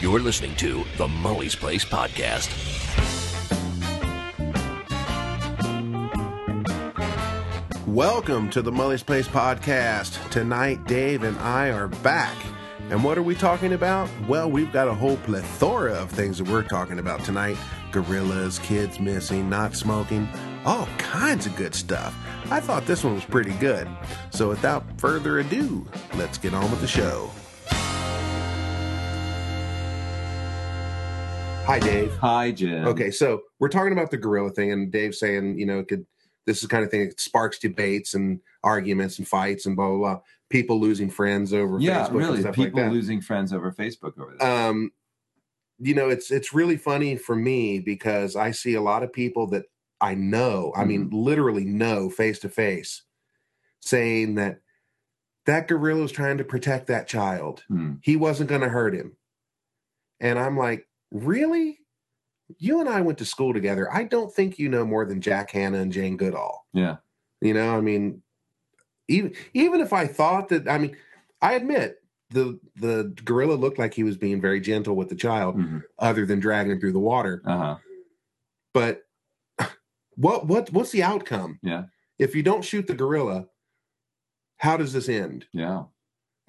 You're listening to the Molly's Place Podcast. Welcome to the Mully's Place podcast. Tonight, Dave and I are back. And what are we talking about? Well, we've got a whole plethora of things that we're talking about tonight gorillas, kids missing, not smoking, all kinds of good stuff. I thought this one was pretty good. So, without further ado, let's get on with the show. Hi, Dave. Hi, Jim. Okay, so we're talking about the gorilla thing, and Dave's saying, you know, it could this is the kind of thing that sparks debates and arguments and fights and blah blah blah. People losing friends over Yeah, Facebook and really. stuff People like that. losing friends over Facebook over this. um, you know, it's it's really funny for me because I see a lot of people that I know, I mean, Mm-hmm. literally know face to face, saying that that gorilla was trying to protect that child Hmm. he wasn't going to hurt him. And I'm like, really? You and I went to school together. I don't think you know more than Jack Hanna and Jane Goodall. Yeah. You know, I mean, even even if I thought that, I mean, I admit the the gorilla looked like he was being very gentle with the child, Mhm. other than dragging him through the water. Uh-huh. But what what what's the outcome? Yeah. If you don't shoot the gorilla, how does this end? Yeah.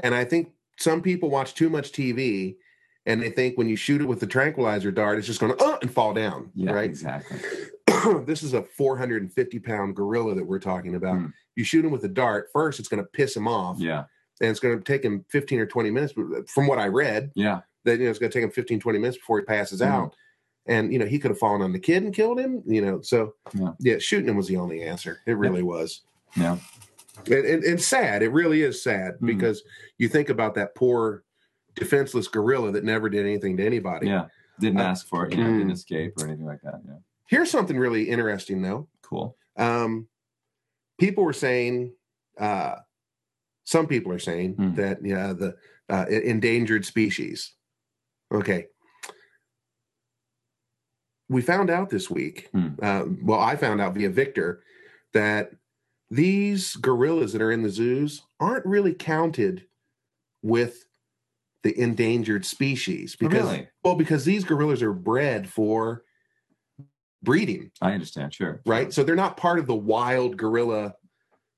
And I think some people watch too much TV and they think when you shoot it with the tranquilizer dart, it's just going to uh, and fall down, Yeah. right? Exactly. this is a 450 pound gorilla that we're talking about. Mm. You shoot him with a dart, first, it's going to piss him off Yeah. and it's going to take him 15 or 20 minutes. But From what I read, Yeah. that you know, it's going to take him 15, 20 minutes before he passes Mhm. out. And, you know, he could have fallen on the kid and killed him, you know. So, yeah, Yeah. shooting him was the only answer. It really was. Yeah. and, and, and sad. It really is sad Mhm. because you think about that poor defenseless gorilla that never did anything to anybody. Yeah. Didn't Uh, ask for it. You know, mm. didn't escape or anything like that. Yeah. Here's something really interesting though. Cool. Um, people were saying, uh, some people are saying Mhm. that you know, the uh, e- endangered species. Okay. We found out this week. Mhm. Uh, well, I found out via Victor that these gorillas that are in the zoos aren't really counted with the endangered species because really? well because these gorillas are bred for breeding I understand. Sure. right so they're not part of the wild gorilla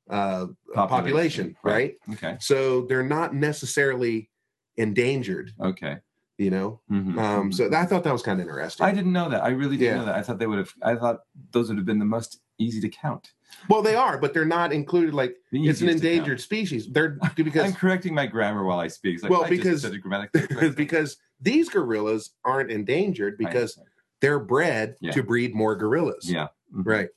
uh, population, right? Okay. so they're not necessarily endangered Okay. you know Mhm. um, so i thought that was kind of interesting I didn't know that. I really didn't Yeah. know that. I thought they would have. I thought those would have been the most easy to count. well they are but they're not included like The it's an easiest to count. endangered species they're because I'm correcting my grammar while I speak. It's Like, Well, I because- just said it grammatically correctly. because these gorillas aren't endangered I because understand. they're bred Yeah. to breed more gorillas yeah, Mhm. right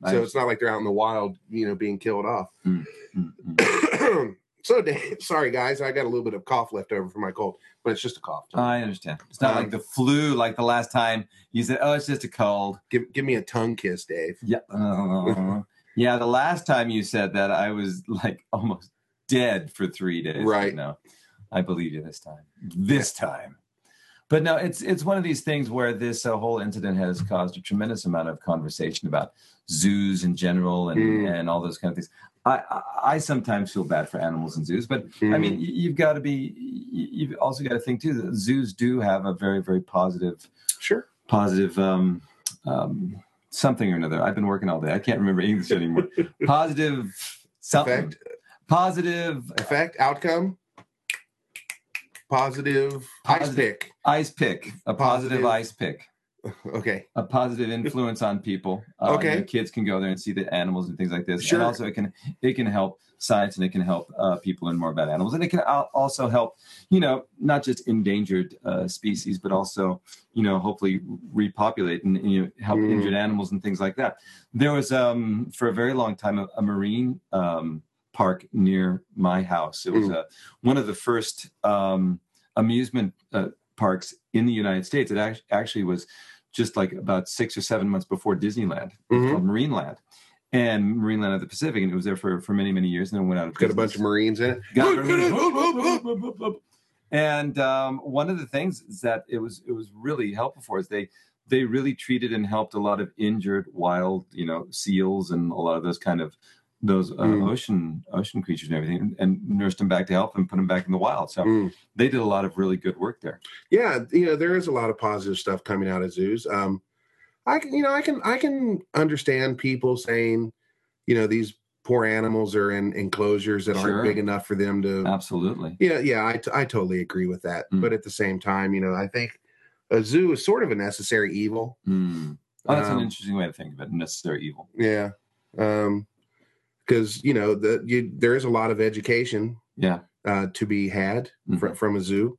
I so it's not like they're out in the wild you know being killed off understand. Mhm. so Dave, sorry guys i got a little bit of cough left over from my cold but it's just a cough I understand. It's not Um, like the flu, like the last time you said, "Oh, it's just a cold." give, give me a tongue kiss dave Yeah, Uh, yeah. The last time you said that, I was like almost dead for three days. Right. now, I believe you this time. This time, but no, it's it's one of these things where this uh, whole incident has caused a tremendous amount of conversation about zoos in general and Mm. and all those kind of things. I, I I sometimes feel bad for animals in zoos, but Hmm. I Mm. mean, y- you've got to be. y- You've also got to think too that zoos do have a very, very positive sure positive um, um, something or another. I've been working all day. I can't remember English anymore. positive something. Effect. Positive effect outcome positive, ice Positive. pick ice pick. A positive, Positive. ice pick. okay A positive influence on people. Uh, Okay. you know, kids can go there and see the animals and things like this. Sure. And also, it can it can help science and it can help uh, people learn more about animals and it can al- also help you know not just endangered uh, species but also you know hopefully repopulate and, you know help Mm. injured animals and things like that there was um for a very long time a, a marine um park near my house it was Mm. a, one of the first um amusement uh, parks in the united states it act- actually was just like about six or seven months before disneyland Mhm. called marineland and marineland of the pacific and it was there for, for many many years and then went out of got a bunch business. of marines in it Got it. and um, one of the things is that it was it was really helpful for us. They they really treated and helped a lot of injured wild, you know, seals and a lot of those kind of those uh, Mm. ocean ocean creatures and everything, and, and nursed them back to health and put them back in the wild. So Mm. they did a lot of really good work there. yeah you know there is a lot of positive stuff coming out of zoos um i can you know i can i can understand people saying you know these poor animals are in enclosures that Sure. aren't big enough for them to Absolutely. yeah yeah I, t- I totally agree with that Mm. but at the same time you know i think a zoo is sort of a necessary evil Mm. Oh, that's Um, an interesting way to think of it. Necessary evil. yeah um because you know the you there is a lot of education Yeah. uh to be had Mhm. fr- from a zoo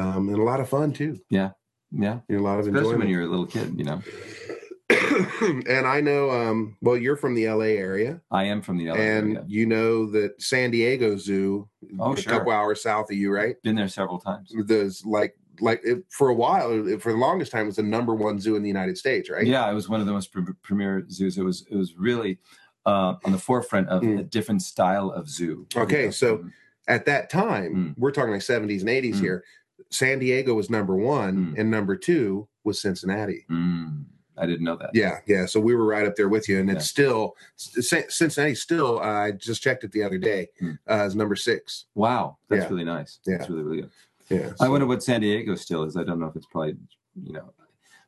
um and a lot of fun too Yeah. You know, a lot of Especially enjoyment when you're a little kid, you know. and I know, um, well, you're from the LA area, I am from the LA and area. you know that San Diego Zoo, Oh, a sure. couple hours south of you, right? Been there several times. There's like, like it, for a while, it, for the longest time, it was the number one zoo in the United States, right? Yeah, it was one of the most pre- premier zoos. It was it was really uh, on the forefront of Mm. a different style of zoo. Okay, so- At that time, Mm. we're talking like 70s and 80s Mm. here. San Diego was number one, Mm. and number two was Cincinnati. Mm, I didn't know that. Yeah, yeah. So we were right up there with you, and Yeah. it's still Cin- Cincinnati. Still, uh, I just checked it the other day. Mm. Uh, is number six. Wow, that's Yeah. really nice. Yeah. That's really really good. Yeah. I wonder what San Diego still is. I don't know if it's probably you know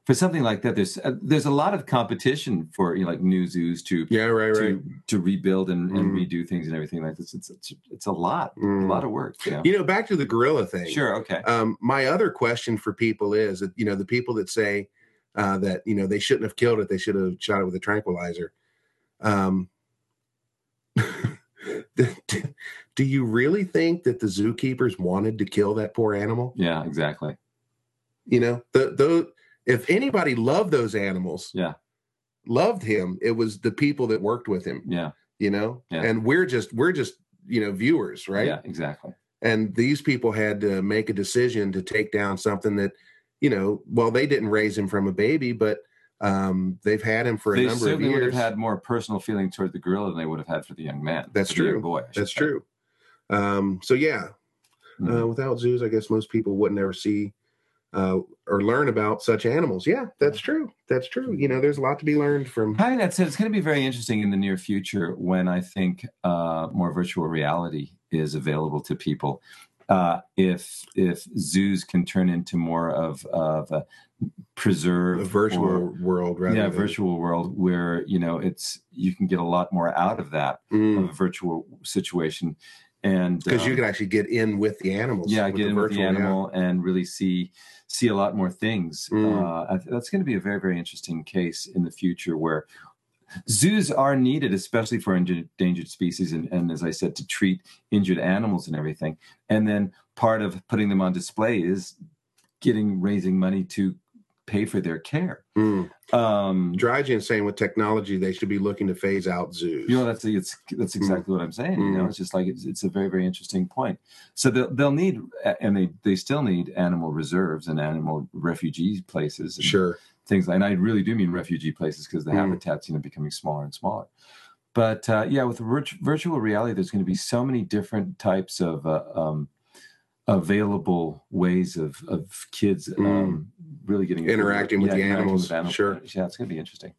for something like that. There's uh, there's a lot of competition for you know, like new zoos to Yeah. Right. Right. to to rebuild and, and Mm. redo things and everything like this. It's it's, it's a lot, Mm. a lot of work. Yeah. You know, back to the gorilla thing. Sure. Okay. Um, my other question for people is that you know the people that say uh, that you know they shouldn't have killed it, they should have shot it with a tranquilizer. Um, do you really think that the zookeepers wanted to kill that poor animal? Yeah. Exactly. You know, the the if anybody loved those animals, Yeah. loved him, it was the people that worked with him. Yeah. You know, Yeah. and we're just we're just you know viewers, right? Yeah. Exactly. and these people had to make a decision to take down something that you know well they didn't raise him from a baby but um, they've had him for a they number of certainly would years have had more personal feeling toward the gorilla than they would have had for the young man. That's for the young true. boy. I should that's say. true um, so yeah Mhm. uh, without zoos i guess most people wouldn't ever see uh, or learn about such animals yeah that's true that's true Hmm. you know there's a lot to be learned from Having that said, it's going to be very interesting in the near future when I think uh, more virtual reality is available to people. Uh, if if zoos can turn into more of of a preserve the virtual or- world rather yeah than- virtual world where you know it's you can get a lot more out of that Mm, of a virtual situation and 'cause um, you could actually get in with the animals yeah get in with the yeah. animal and really see see a lot more things Mm. uh, I th- that's going to be a very very interesting case in the future where zoos are needed especially for endan- endangered species and, and as i said to treat injured animals and everything and then part of putting them on display is getting raising money to pay for their care Mm. um Drygen saying with technology they should be looking to phase out zoos you know that's it's Hmm. that's exactly what i'm saying you know Mm. it's just like it's, it's a very very interesting point so they'll, they'll need and they they still need animal reserves and animal refugee places and sure things and i really do mean refugee places because the Mm. habitats you know becoming smaller and smaller but uh, yeah with virt- virtual reality there's going to be so many different types of uh, um, available ways of of kids um, really getting Hmm. Interacting with the animals, sure. yeah it's going to be interesting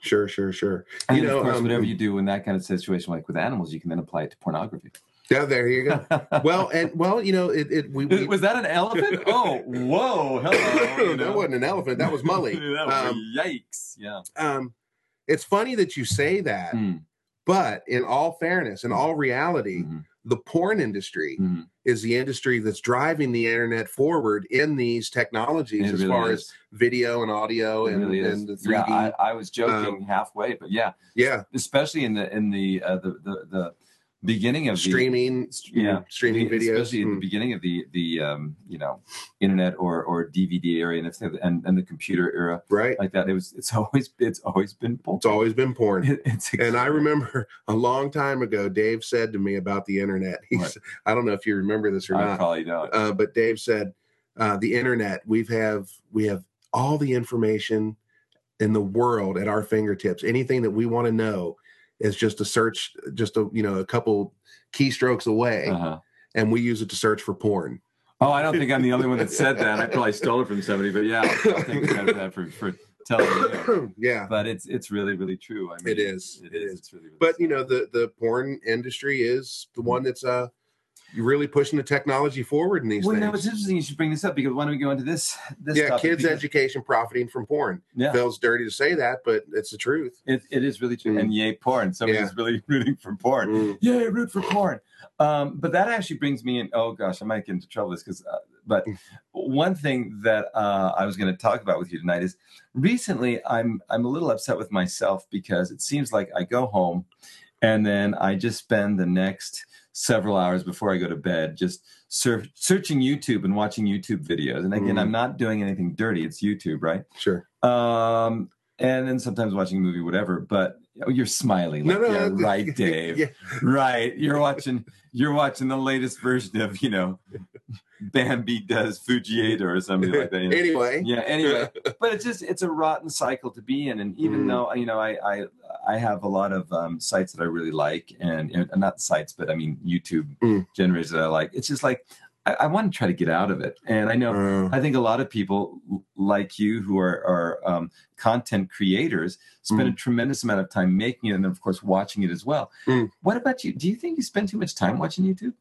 Sure, sure, sure. and You then, know, of course, um, whatever you do in that kind of situation, like with animals, you can then apply it to pornography. Yeah, there you go. Well, and well, you know, it, it we, we was that an elephant? Oh, whoa, hello. you know. that wasn't an elephant. That was Mully. That was- um, yikes. Yeah. um, it's funny that you say that, Mm, but in all fairness, in all reality, mhm, the porn industry mhm. is the industry that's driving the internet forward in these technologies, It as really far is. as video and audio It and, really is. and the um, yeah, 3D. Yeah, I, I was joking halfway, but yeah, especially in the in the uh, the, the the beginning of streaming, the, yeah, streaming the- videos. especially at the Mm. beginning of the the um, you know internet or or DVD era and everything, and and the computer era right? like that. It was it's always it's always been porn. It's always been porn. It- it's And I remember a long time ago, Dave said to me about the internet. He Right. said, I don't know if you remember this or I not, probably don't. uh, but Dave said, uh, "The internet. We've have we have all the information in the world at our fingertips. Anything that we want to know is just a search, just a you know a couple keystrokes away, Uh-huh. and we use it to search for porn." Oh, I don't think I'm the only one that said that. I probably stole it from somebody, but yeah, I'll, I'll take credit for that for, for telling you. yeah, But it's it's really really true. I mean, It is. It It is. is. It's really. really but true. you know the the porn industry is Mm-hmm. the one that's uh really pushing the technology forward in these well, no, it's things. interesting. You should bring this up because why don't we go into this? This Yeah, topic? kids' Because- education profiting from porn. Yeah. Feels dirty to say that, but it's the truth. It, it is really true. Mm. And yay, porn. Somebody's Yeah. really rooting for porn. Mm. Yay, root for porn. Um, but that actually brings me in. Oh gosh, I might get into trouble with this because. Uh, but one thing that uh, I was going to talk about with you tonight is recently I'm I'm a little upset with myself because it seems like I go home and then I just spend the next several hours before I go to bed just surf, searching YouTube and watching YouTube videos. And again, Mm. I'm not doing anything dirty. It's YouTube, right? Sure. Um, and then sometimes watching a movie, whatever. But oh, you're smiling. Like, yeah, that- right, Dave. yeah. Right, you're watching. You're watching the latest version of you know, Bambi does Fujieda or something like that. you know. Anyway, Yeah. Anyway, but it's just it's a rotten cycle to be in. And even Mm. though you know I I I have a lot of um, sites that I really like, and, and not sites, but I mean YouTube Mm. generators that I like. It's just like I, I want to try to get out of it. And I know Uh, I think a lot of people like you who are, are um, content creators spend a tremendous amount of time making it and, of course, watching it as well. Mm. What about you? Do you think you spend too much time watching YouTube?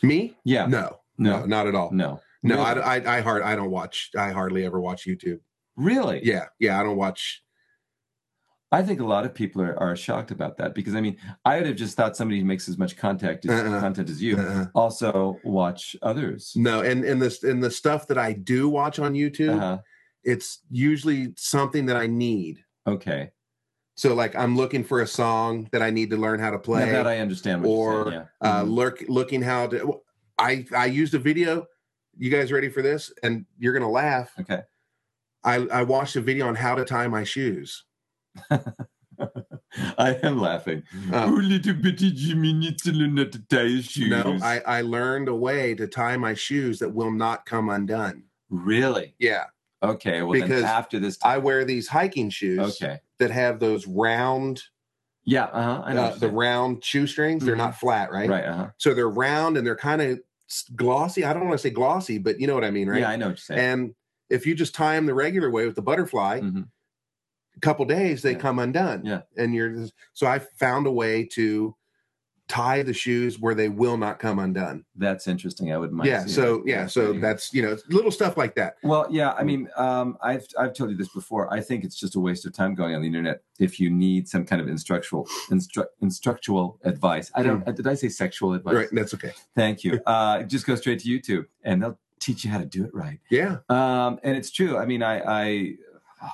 me? Yeah. No, no, No. not at all. No. No, Really? I, I, I hard, I don't watch. I hardly ever watch YouTube. Really? Yeah, yeah, I don't watch. I think a lot of people are, are shocked about that because, I mean, I would have just thought somebody who makes as much contact as, Uh-uh. content as you Uh, also watch others. no, and and this and the stuff that I do watch on YouTube, Uh-huh. it's usually something that I need. Okay. So like I'm looking for a song that I need to learn how to Now play. that I understand what you're saying. Yeah. uh, Mhm. lurk, looking how to. I I used a video. You guys ready for this? And you're gonna laugh. okay. I I watched a video on how to tie my shoes. Mm-hmm. I am laughing. Um, oh, little bitty Jimmy needs to learn how to tie his shoes. No, I I learned a way to tie my shoes that will not come undone. Really? Yeah, Okay. Well, Because then after this, I wear these hiking shoes okay. that have those round Yeah. Uh huh. I know. uh, what the you're round shoestrings. They're Mhm. not flat, saying. right? right. Uh huh. So they're round and they're kind of glossy. I don't want to say glossy, but you know what I mean, right? Yeah, I know what you're saying. And if you just tie them the regular way with the butterfly, Mhm. a couple days they Yeah. come undone. Yeah. And you're so I found a way to tie the shoes where they will not come undone. That's interesting. I would mind. yeah. seeing So that. yeah. So Mm. that's you know it's little stuff like that. Well, yeah. I mean, um, I've I've told you this before. I think it's just a waste of time going on the internet if you need some kind of instructional instru- instructual advice. I don't. Did I say sexual advice? Mm. Right. That's okay. Thank you. Uh, just go straight to YouTube, and they'll teach you how to do it right. Yeah. Um, and it's true. I mean, I I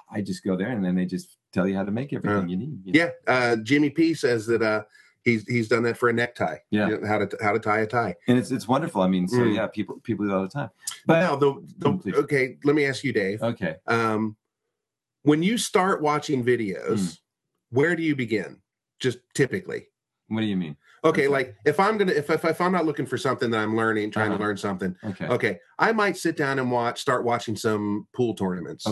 I just go there, and then they just tell you how to make everything you need. you know? Yeah. Uh, Jimmy P says that uh, he's he's done that for a necktie. Yeah. You know, how to how to tie a tie. and it's it's wonderful. I mean, so Mm. yeah, people people do it all the time. But Mm, now the, the Please. Uh-huh. okay. Let me ask you, Dave. okay, Um, when you start watching videos, Mm. where do you begin? Just typically. what do you mean? okay Okay. like if i'm gonna if, if, if i'm not looking for something that i'm learning trying to Uh-huh. learn something Okay, okay, okay i might sit down and watch start watching some pool tournaments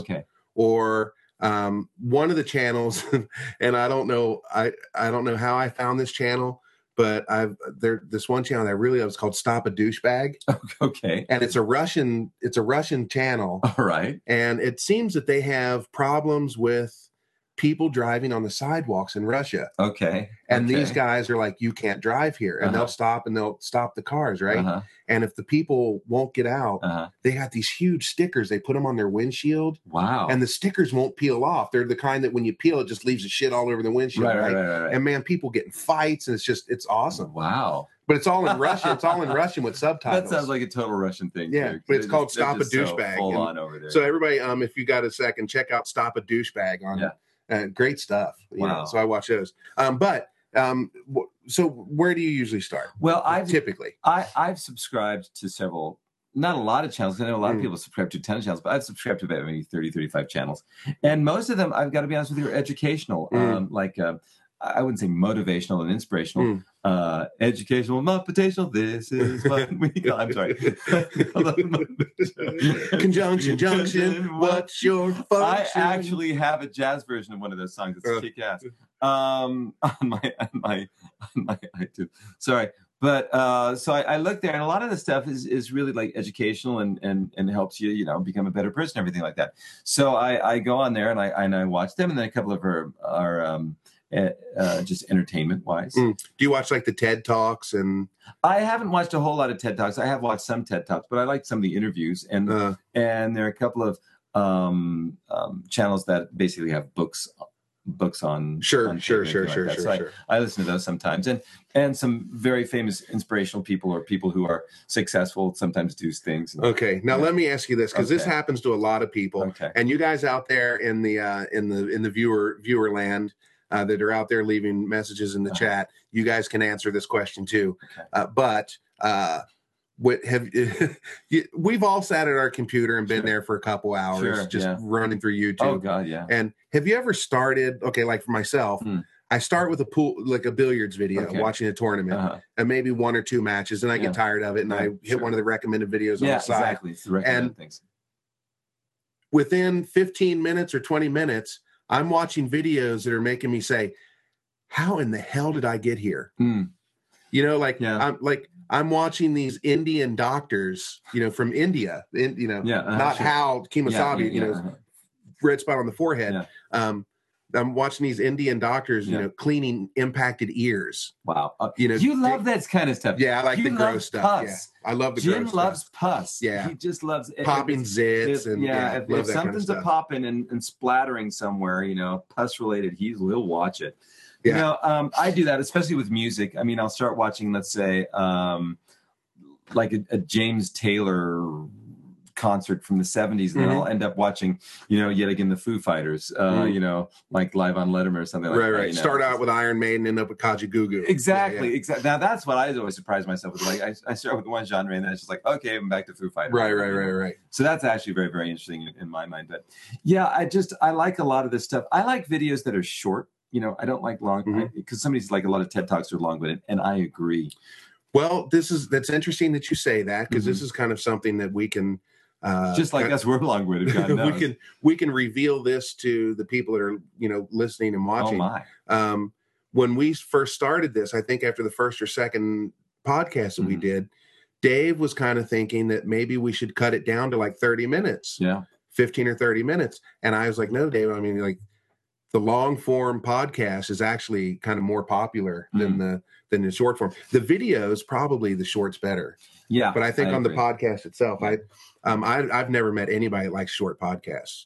or um, one of the channels and i don't know i i don't know how i found this channel but i've there this one channel that I really loves called stop a douchebag okay. and it's a russian it's a russian channel All right. and it seems that they have problems with people driving on the sidewalks in russia Okay. and these okay. guys are like, you can't drive here. And they'll Uh-huh. stop and they'll stop the cars, right? Uh-huh. And if the people won't get out, Uh-huh. they got these huge stickers. They put them on their windshield Wow. and the stickers won't peel off. They're the kind that when you peel, it just leaves the shit all over the windshield. right, right, right, right, right. And man, people get in fights and it's just, it's awesome. Wow. But it's all in Russian. It's all in Russian with That subtitles. sounds like a total Russian thing. Yeah, too, 'cause but it's they're called just- they're Stop a just so Douchebag, Full and- on over there. so everybody, um, if you got a second, check out Stop a Douchebag on Yeah. uh, great stuff. You know, Wow. So I watch those. Um, but um, w- so where do you usually start? well, I've typically. I, I've subscribed to several, not a lot of channels. 'cause I know a lot Mm. of people subscribe to 10 channels, but I've subscribed to about maybe 30, 35 channels. And most of them, I've got to be honest with you, are educational. Mm. Um, like, um, I I wouldn't say motivational and inspirational, Mm. uh, educational, motivational. This is what we call. I'm sorry. Conjunction, junction, what's your function? I actually have a jazz version of one of those songs. It's Uh. kick ass. Um, on my on my on my iTunes. Sorry, but uh, so I, I look there, and a lot of the stuff is is really like educational and and and helps you you know become a better person, everything like that. So I I go on there and I and I watch them, and then a couple of her are um, eh, uh, just entertainment wise. Mm. Do you watch like the TED Talks and I haven't watched a whole lot of TED talks. I have watched some TED talks, but I like some of the interviews, and uh, and there are a couple of um, um, channels that basically have books books on sure, on sure, tape sure, and everything sure, like that. sure, So I- sure. I listen to those sometimes, and and some very famous inspirational people or people who are successful sometimes do things. Okay, now Yeah. let me ask you this because this Okay. happens to a lot of people, Okay. and you guys out there in the uh, in the in the viewer viewer land uh, that are out there leaving messages in the Uh-huh. chat, you guys can answer this question too. Okay. Uh, but uh, what have you, we've all sat at our computer and been Sure. there for a couple hours Sure, just yeah. running through YouTube. Oh God, yeah. And have you ever started? Okay, like for myself, Hmm. I start with a pool, like a billiards video, Okay. watching a tournament, Uh-huh. and maybe one or two matches, and I Yeah. get tired of it, and I Right, hit sure. one of the recommended videos on Yeah, the side. exactly. It's the recommended things. Within 15 minutes or 20 minutes, I'm watching videos that are making me say, "How in the hell did I get here?" Mm, You know, like Yeah. I'm like I'm watching these Indian doctors, you know, from India, in, you know, yeah, uh-huh, not sure. how Yeah, Kemosabe, yeah, you know, yeah, uh-huh. red spot on the forehead. Yeah. Um, I'm watching these Indian doctors, you Yeah. know, cleaning impacted ears. Wow, Uh, You know, you love that kind of stuff. Yeah, I like You the love gross stuff. Yeah, pus. I love the Jim gross loves stuff. pus. Yeah. he just loves it. popping zits If, and yeah, yeah, if, love if that kind of something's a stuff. popping and, and splattering somewhere, you know, pus related, he's he'll watch it. Yeah. You know, um, I do that especially with music. I mean, I'll start watching, let's say, um, like a, a James Taylor concert from the 70s, and then Mhm. I'll end up watching, you know, yet again the Foo Fighters, uh, Mm. you know, like live on Letterman or something like right, that. right. you know. Start out with Iron Maiden, end up with Kajagoogoo. Exactly, Yeah, exactly. Now that's what I always surprise myself with. Like I, I start with one genre, and then it's just like, okay, I'm back to Foo yeah. Fighters. Right, right, right, right. So that's actually very, very interesting in, in my mind. But yeah, I just I like a lot of this stuff. I like videos that are short. You know, I don't like long because Mhm. somebody's like a lot of TED talks are long, but and I agree. Well, this is that's interesting that you say that because this is kind of something that we can uh, Mm-hmm. Just like kind- us, we're long witted. God we knows. can we can reveal this to the people that are you know listening and oh watching. my. um, when we first started this, I think after the first or second podcast that we Mhm. did, Dave was kind of thinking that maybe we should cut it down to like 30 minutes, Yeah. 15 or 30 minutes. And I was like, no, Dave, I mean, like the long form podcast is actually kind of more popular Mm-hmm. than the than the short form. The video is probably the short's better. Yeah. But I think on the agree. podcast itself, I um I I've never met anybody that likes short podcasts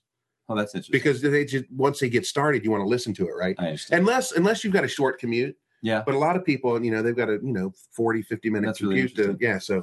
Oh, that's interesting. because they just once they get started, you want to listen to it, right? I understand. unless unless you've got a short commute yeah. but a lot of people you know they've got a you know 40 50 minute That's really commute to, interesting. yeah so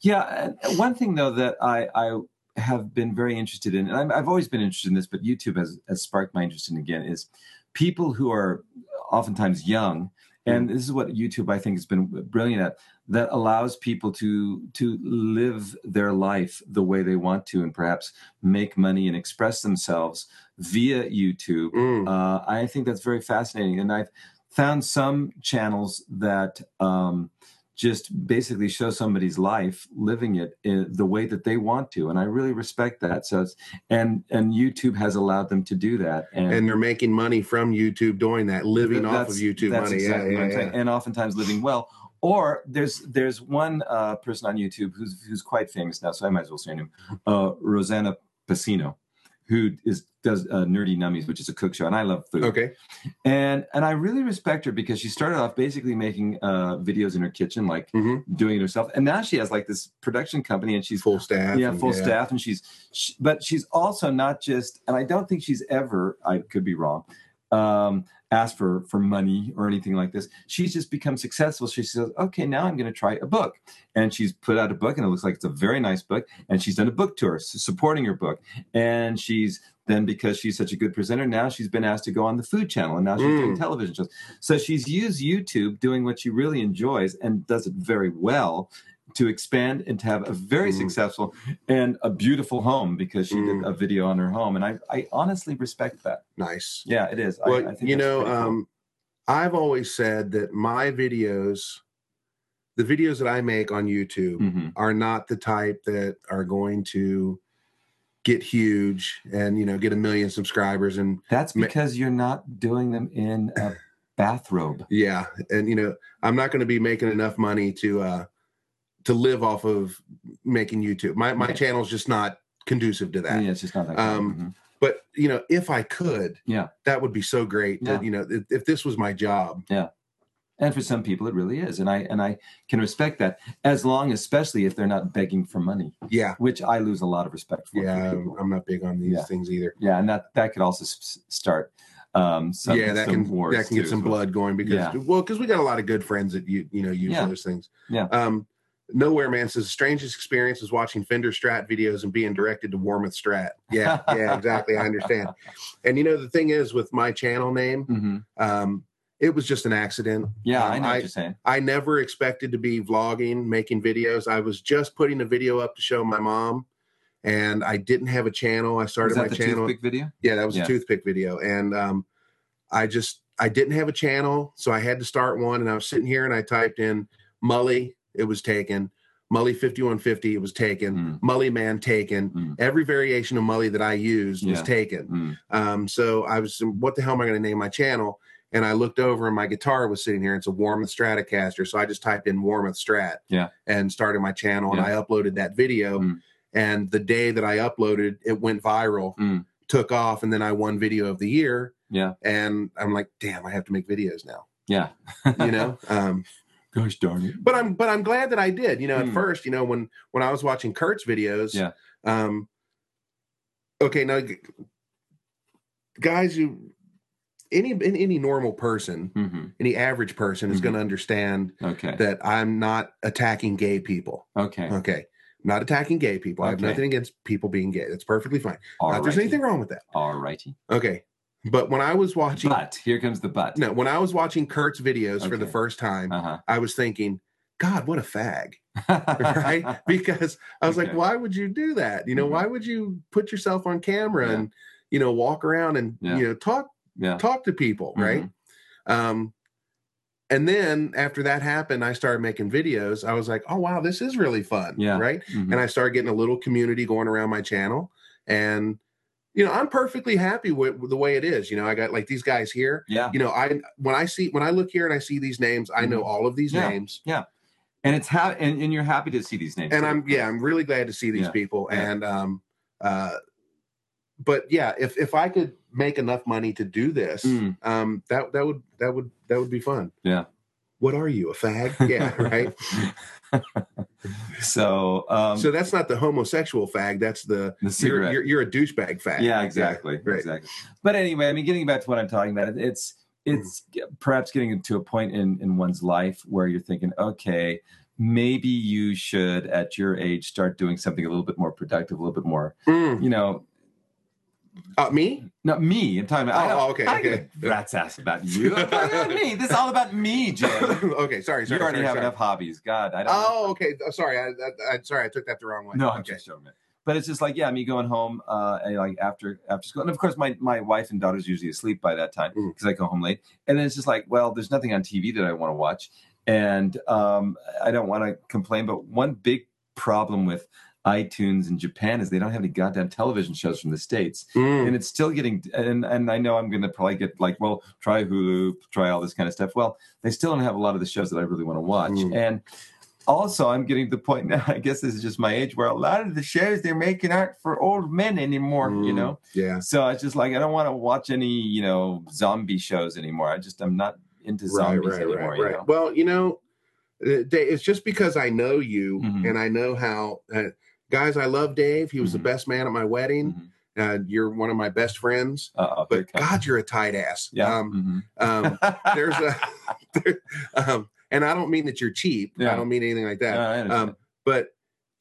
Yeah, and one thing though that I I have been very interested in, and I'm, I've always been interested in this, but YouTube has, has sparked my interest in again is people who are oftentimes young, and this is what YouTube I think has been brilliant at that allows people to to live their life the way they want to, and perhaps make money and express themselves via YouTube. mm, Uh, I think that's very fascinating, and I've found some channels that um, just basically show somebody's life, living it in the way that they want to, and I really respect that. So, it's, and and YouTube has allowed them to do that, and, and they're making money from youtube doing that living off of that's- youtube that's money exactly what yeah, I'm yeah, saying, yeah. and oftentimes living well. Or there's there's one uh, person on YouTube who's who's quite famous now, so I might as well say her name, uh, Rosanna Pacino, who is does uh, Nerdy Nummies, which is a cook show, and I love food okay and and I really respect her because she started off basically making uh, videos in her kitchen, like Mhm. doing it herself, and now she has like this production company, and she's full staff yeah and- full staff, and she's sh but she's also not just, and I don't think she's ever, I could be wrong, um, asked for for money or anything like this. She's just become successful. She says, okay, now I'm going to try a book, and she's put out a book, and it looks like it's a very nice book, and she's done a book tour s- supporting her book, and she's then because she's such a good presenter now she's been asked to go on the food channel and now she's doing Mm. television shows so she's used youtube doing what she really enjoys and does it very well to expand and to have a very Mm. successful and a beautiful home because she Mm. did a video on her home and I, I honestly respect that nice yeah it is I- well I, think you that's know pretty cool. um i've always said that my videos the videos that i make on youtube Mhm. are not the type that are going to get huge and you know get a million subscribers and that's ma- because you're not doing them in a bathrobe. Yeah, and you know, I'm not going to be making enough money to uh to live off of making YouTube. My my Right. channel's just not conducive to that. Yeah, it's just not that. Um, good. Mhm. But you know, if I could, Yeah. that would be so great. That, Yeah. you know, if, if this was my job, and for some people it really is, and I and I can respect that as long, especially if they're not begging for money, yeah, which I lose a lot of respect for. yeah, for people. I'm not big on these Yeah. things either. yeah, and that that could also s- start. Um, some, yeah, that some can wars that can get too, some as well. blood going because Yeah. well, because we got a lot of good friends that you you know use Yeah. those things. Yeah. Um, nowhere man says the strangest experience is watching Fender Strat videos and being directed to Warmouth Strat. Yeah, yeah, exactly. I understand. And you know the thing is with my channel name, Mhm. um, it was just an accident. Yeah, Um, I know I- what you're saying. I never expected to be vlogging, making videos. I was just putting a video up to show my mom, and I didn't have a channel. I Is started my that the channel. toothpick video? Yeah, that was Yeah. a toothpick video, and um, I just I didn't have a channel, so I had to start one. And I was sitting here and I typed in Mully, it was taken. Mully fifty one fifty, it was taken. Mm, Mully man taken. Mm. Every variation of Mully that I used was Yeah. taken. mm. Um, so I was, what the hell am I going to name my channel? And I looked over and my guitar was sitting here. It's a Warmouth Stratocaster. So I just typed in Warmouth Strat Yeah. and started my channel and Yeah. I uploaded that video. Mm. And the day that I uploaded, it went viral, Mm. took off, and then I won video of the year. Yeah. And I'm like, damn, I have to make videos now. Yeah. You know? um, Gosh darn it. but I'm but I'm glad that I did. You know, at Hmm. first, you know, when when I was watching Kurt's videos, Yeah. Um, okay, now g- guys, you any any any normal person, hmm any average person is Mhm. going to understand Okay. that uh, I'm not attacking gay people. Okay. Okay, not attacking gay people. I have Okay. nothing against people being gay. That's perfectly fine. Not All that there's anything wrong with that. All righty. Okay, but when I was watching, But here comes the but. no, when I was watching Kurt's videos for the Okay. first time, Uh I was thinking, God, what a fag. huh. right? Because I was like, Okay. why would you do that? You know, Mhm. why would you put yourself on camera Yeah. and you know walk around and Yeah. you know talk Yeah. Mm-hmm. talk to people, right? Um, and then after that happened, I started making videos. I was like, oh wow, this is really fun, Yeah. right? Mhm. And I started getting a little community going around my channel and. You know, I'm perfectly happy with, with the way it is. You know, I got like these guys here. yeah. You know, I when I see when I look here and I see these names, I know Mhm. all of these Yeah. names. And it's how and, and you're happy to see these names. and too. I'm yeah, I'm really glad to see these Yeah. people. Yeah. And um, uh, but yeah, if if I could make enough money to do this, Mm. um, that that would that would that would be fun. Yeah. What are you, a fag? Yeah, right. so um so that's not the homosexual fag. That's the the you're, cigarette. you're you're a douchebag fag. yeah, exactly. right. Exactly. But anyway, I mean getting back to what I'm talking about, it- it's it's perhaps getting to a point in, in one's life where you're thinking, okay, maybe you should at your age start doing something a little bit more productive, a little bit more, Mm. you know, Uh, me? Not me. I'm talking about. I Oh, don't- okay, I don't give okay. a rat's ass about you. I'm talking about me. This is all about me, Jim. okay, sorry, sorry. you already sorry, have sorry. enough hobbies. God, I don't. Oh, okay. Oh, Sorry, I, I, I sorry I took that the wrong way. No, I'm okay. just joking. But it's just like, yeah, me going home, uh, and, like after after school, and of course my my wife and daughter's usually asleep by that time Mm. because I go home late, and then it's just like, well, there's nothing on TV that I want to watch, and um, I don't want to complain, but one big problem with iTunes in Japan is they don't have any goddamn television shows from the states. Mm. and it's still getting and and I know I'm going to probably get like well try Hulu try all this kind of stuff well they still don't have a lot of the shows that I really want to watch Mm. and also I'm getting to the point now I guess this is just my age where a lot of the shows they're making aren't for old men anymore you Mm. know Yeah. so I just like I don't want to watch any you know zombie shows anymore I just I'm not into right, zombies right, anymore right, you right. know? Well, you know, uh, Dave, it's just because I know you Mhm. and I know how. Uh, guys, I love Dave. He was Mhm. the best man at my wedding. Mhm. Uh, you're one of my best friends. Uh-oh, here But it comes. God, you're a tight ass. yeah Um, mhm. um, there's a. there- um, and I don't mean that you're cheap. Yeah. I don't mean anything like Yeah, that. I understand. um, but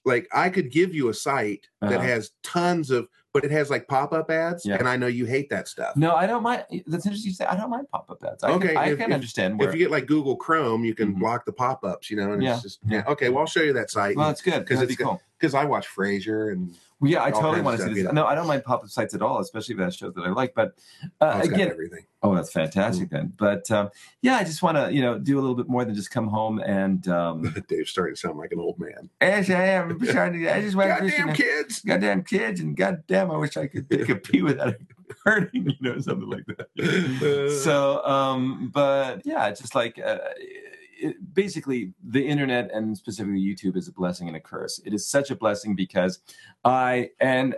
like, I could give you a site that Uh-huh. has tons of, but it has like pop up ads, Yeah. and I know you hate that stuff. no, I don't mind. That's interesting you say. I don't mind pop-up ads. I Okay, can, I if- can if- understand where. If you get like Google Chrome, you can Mhm. block the pop ups, you know, and Yeah. it's just, yeah. Okay, well, I'll show you that site. well, that's good 'cause because it's it's got- cool. because I watch Frasier and Well, yeah, I all totally kinds want of to see stuff, this. you know. No, I don't mind pop-up sites at all, especially if it has shows that I like. But oh, Mm. uh, it's got again, everything. oh, that's fantastic then. But um, yeah, I just want to you know do a little bit more than just come home and. Um, Dave's starting to sound like an old man. as I am, I'm sorry, I just want to Goddamn kids! goddamn kids and goddamn, I wish I could take a pee without burning, you know, something like that. So, um, but yeah, it's just like uh, it, basically the internet and specifically YouTube is a blessing and a curse. It is such a blessing because I and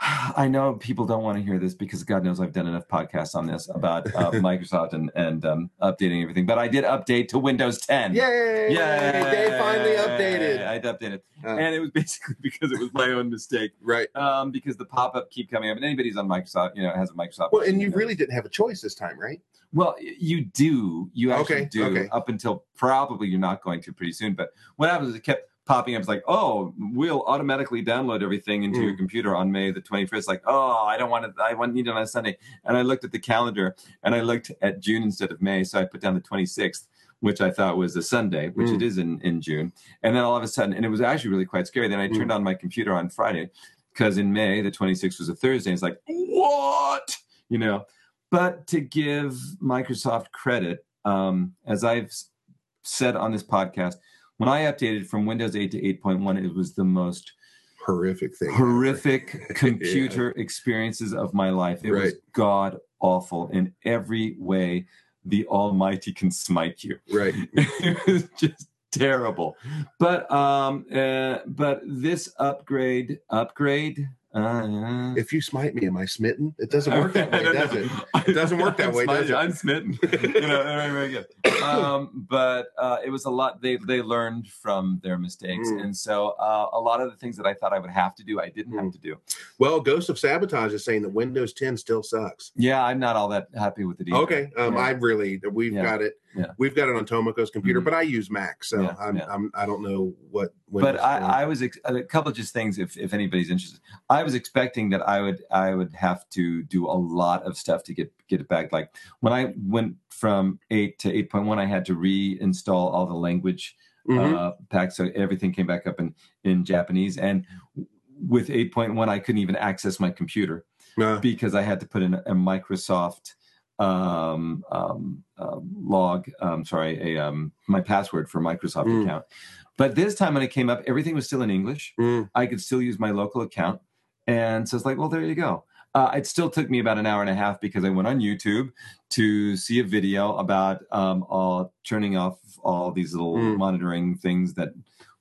I know people don't want to hear this because God knows I've done enough podcasts on this about uh, Microsoft and, and um, updating everything. But I did update to Windows 10. Yay! They finally updated. I updated. Uh. and it was basically because it was my own mistake Right. um, because the pop up keep coming up. And anybody's on Microsoft, you know, has a Microsoft. Well, and you know. really didn't have a choice this time, right? Well, y- you do. You actually Okay, do okay. up until probably you're not going to pretty soon. But what happens is it kept popping up. It's like, oh, we'll automatically download everything into Mm. your computer on May the 21st. Like, oh, I don't want it. I want need it on a Sunday. And I looked at the calendar and I looked at June instead of May. So I put down the 26th. Which I thought was a Sunday, which Mm. it is in, in June. And then all of a sudden, and it was actually really quite scary. Then I Mm. turned on my computer on Friday because in May, the 26th was a Thursday. It's like, what? You know, but to give Microsoft credit, um, as I've s- said on this podcast, when I updated from Windows 8 to 8.1, it was the most Horrific thing. horrific computer experiences of my life. It was god awful in every way. The Almighty can smite you Right. it was just terrible. But um, uh, but this upgrade, upgrade. Uh, If you smite me, am I smitten? It doesn't work that way, does it? It doesn't work that way, does it? I'm smitten. you know, very, very good. Um, but uh, it was a lot. They they learned from their mistakes, Mm. and so uh, a lot of the things that I thought I would have to do, I didn't have to do. Well, Ghost of Sabotage is saying that Windows 10 still sucks. Yeah, I'm not all that happy with it either. Okay. Um, Yeah. I really we've Yeah. got it. Yeah. We've got it on Tomoko's computer, Mhm. but I use Mac, so Yeah, I'm, yeah. I'm I don't know what. Windows but I, 10 I was ex- a couple of just things. If, if anybody's interested, I was expecting that I would I would have to do a lot of stuff to get get it back. Like when I went from eight to eight point one, I had to reinstall all the language Mhm. uh, packs, so everything came back up in in Japanese. And with eight point one, I couldn't even access my computer No. because I had to put in a Microsoft um, um, um, log. Um, sorry, a um, my password for Microsoft Mm. account. But this time when it came up, everything was still in English. Mm. I could still use my local account, and so it's like, well, there you go. Uh, it still took me about an hour and a half because I went on YouTube to see a video about um, all turning off all these little Mm. monitoring things that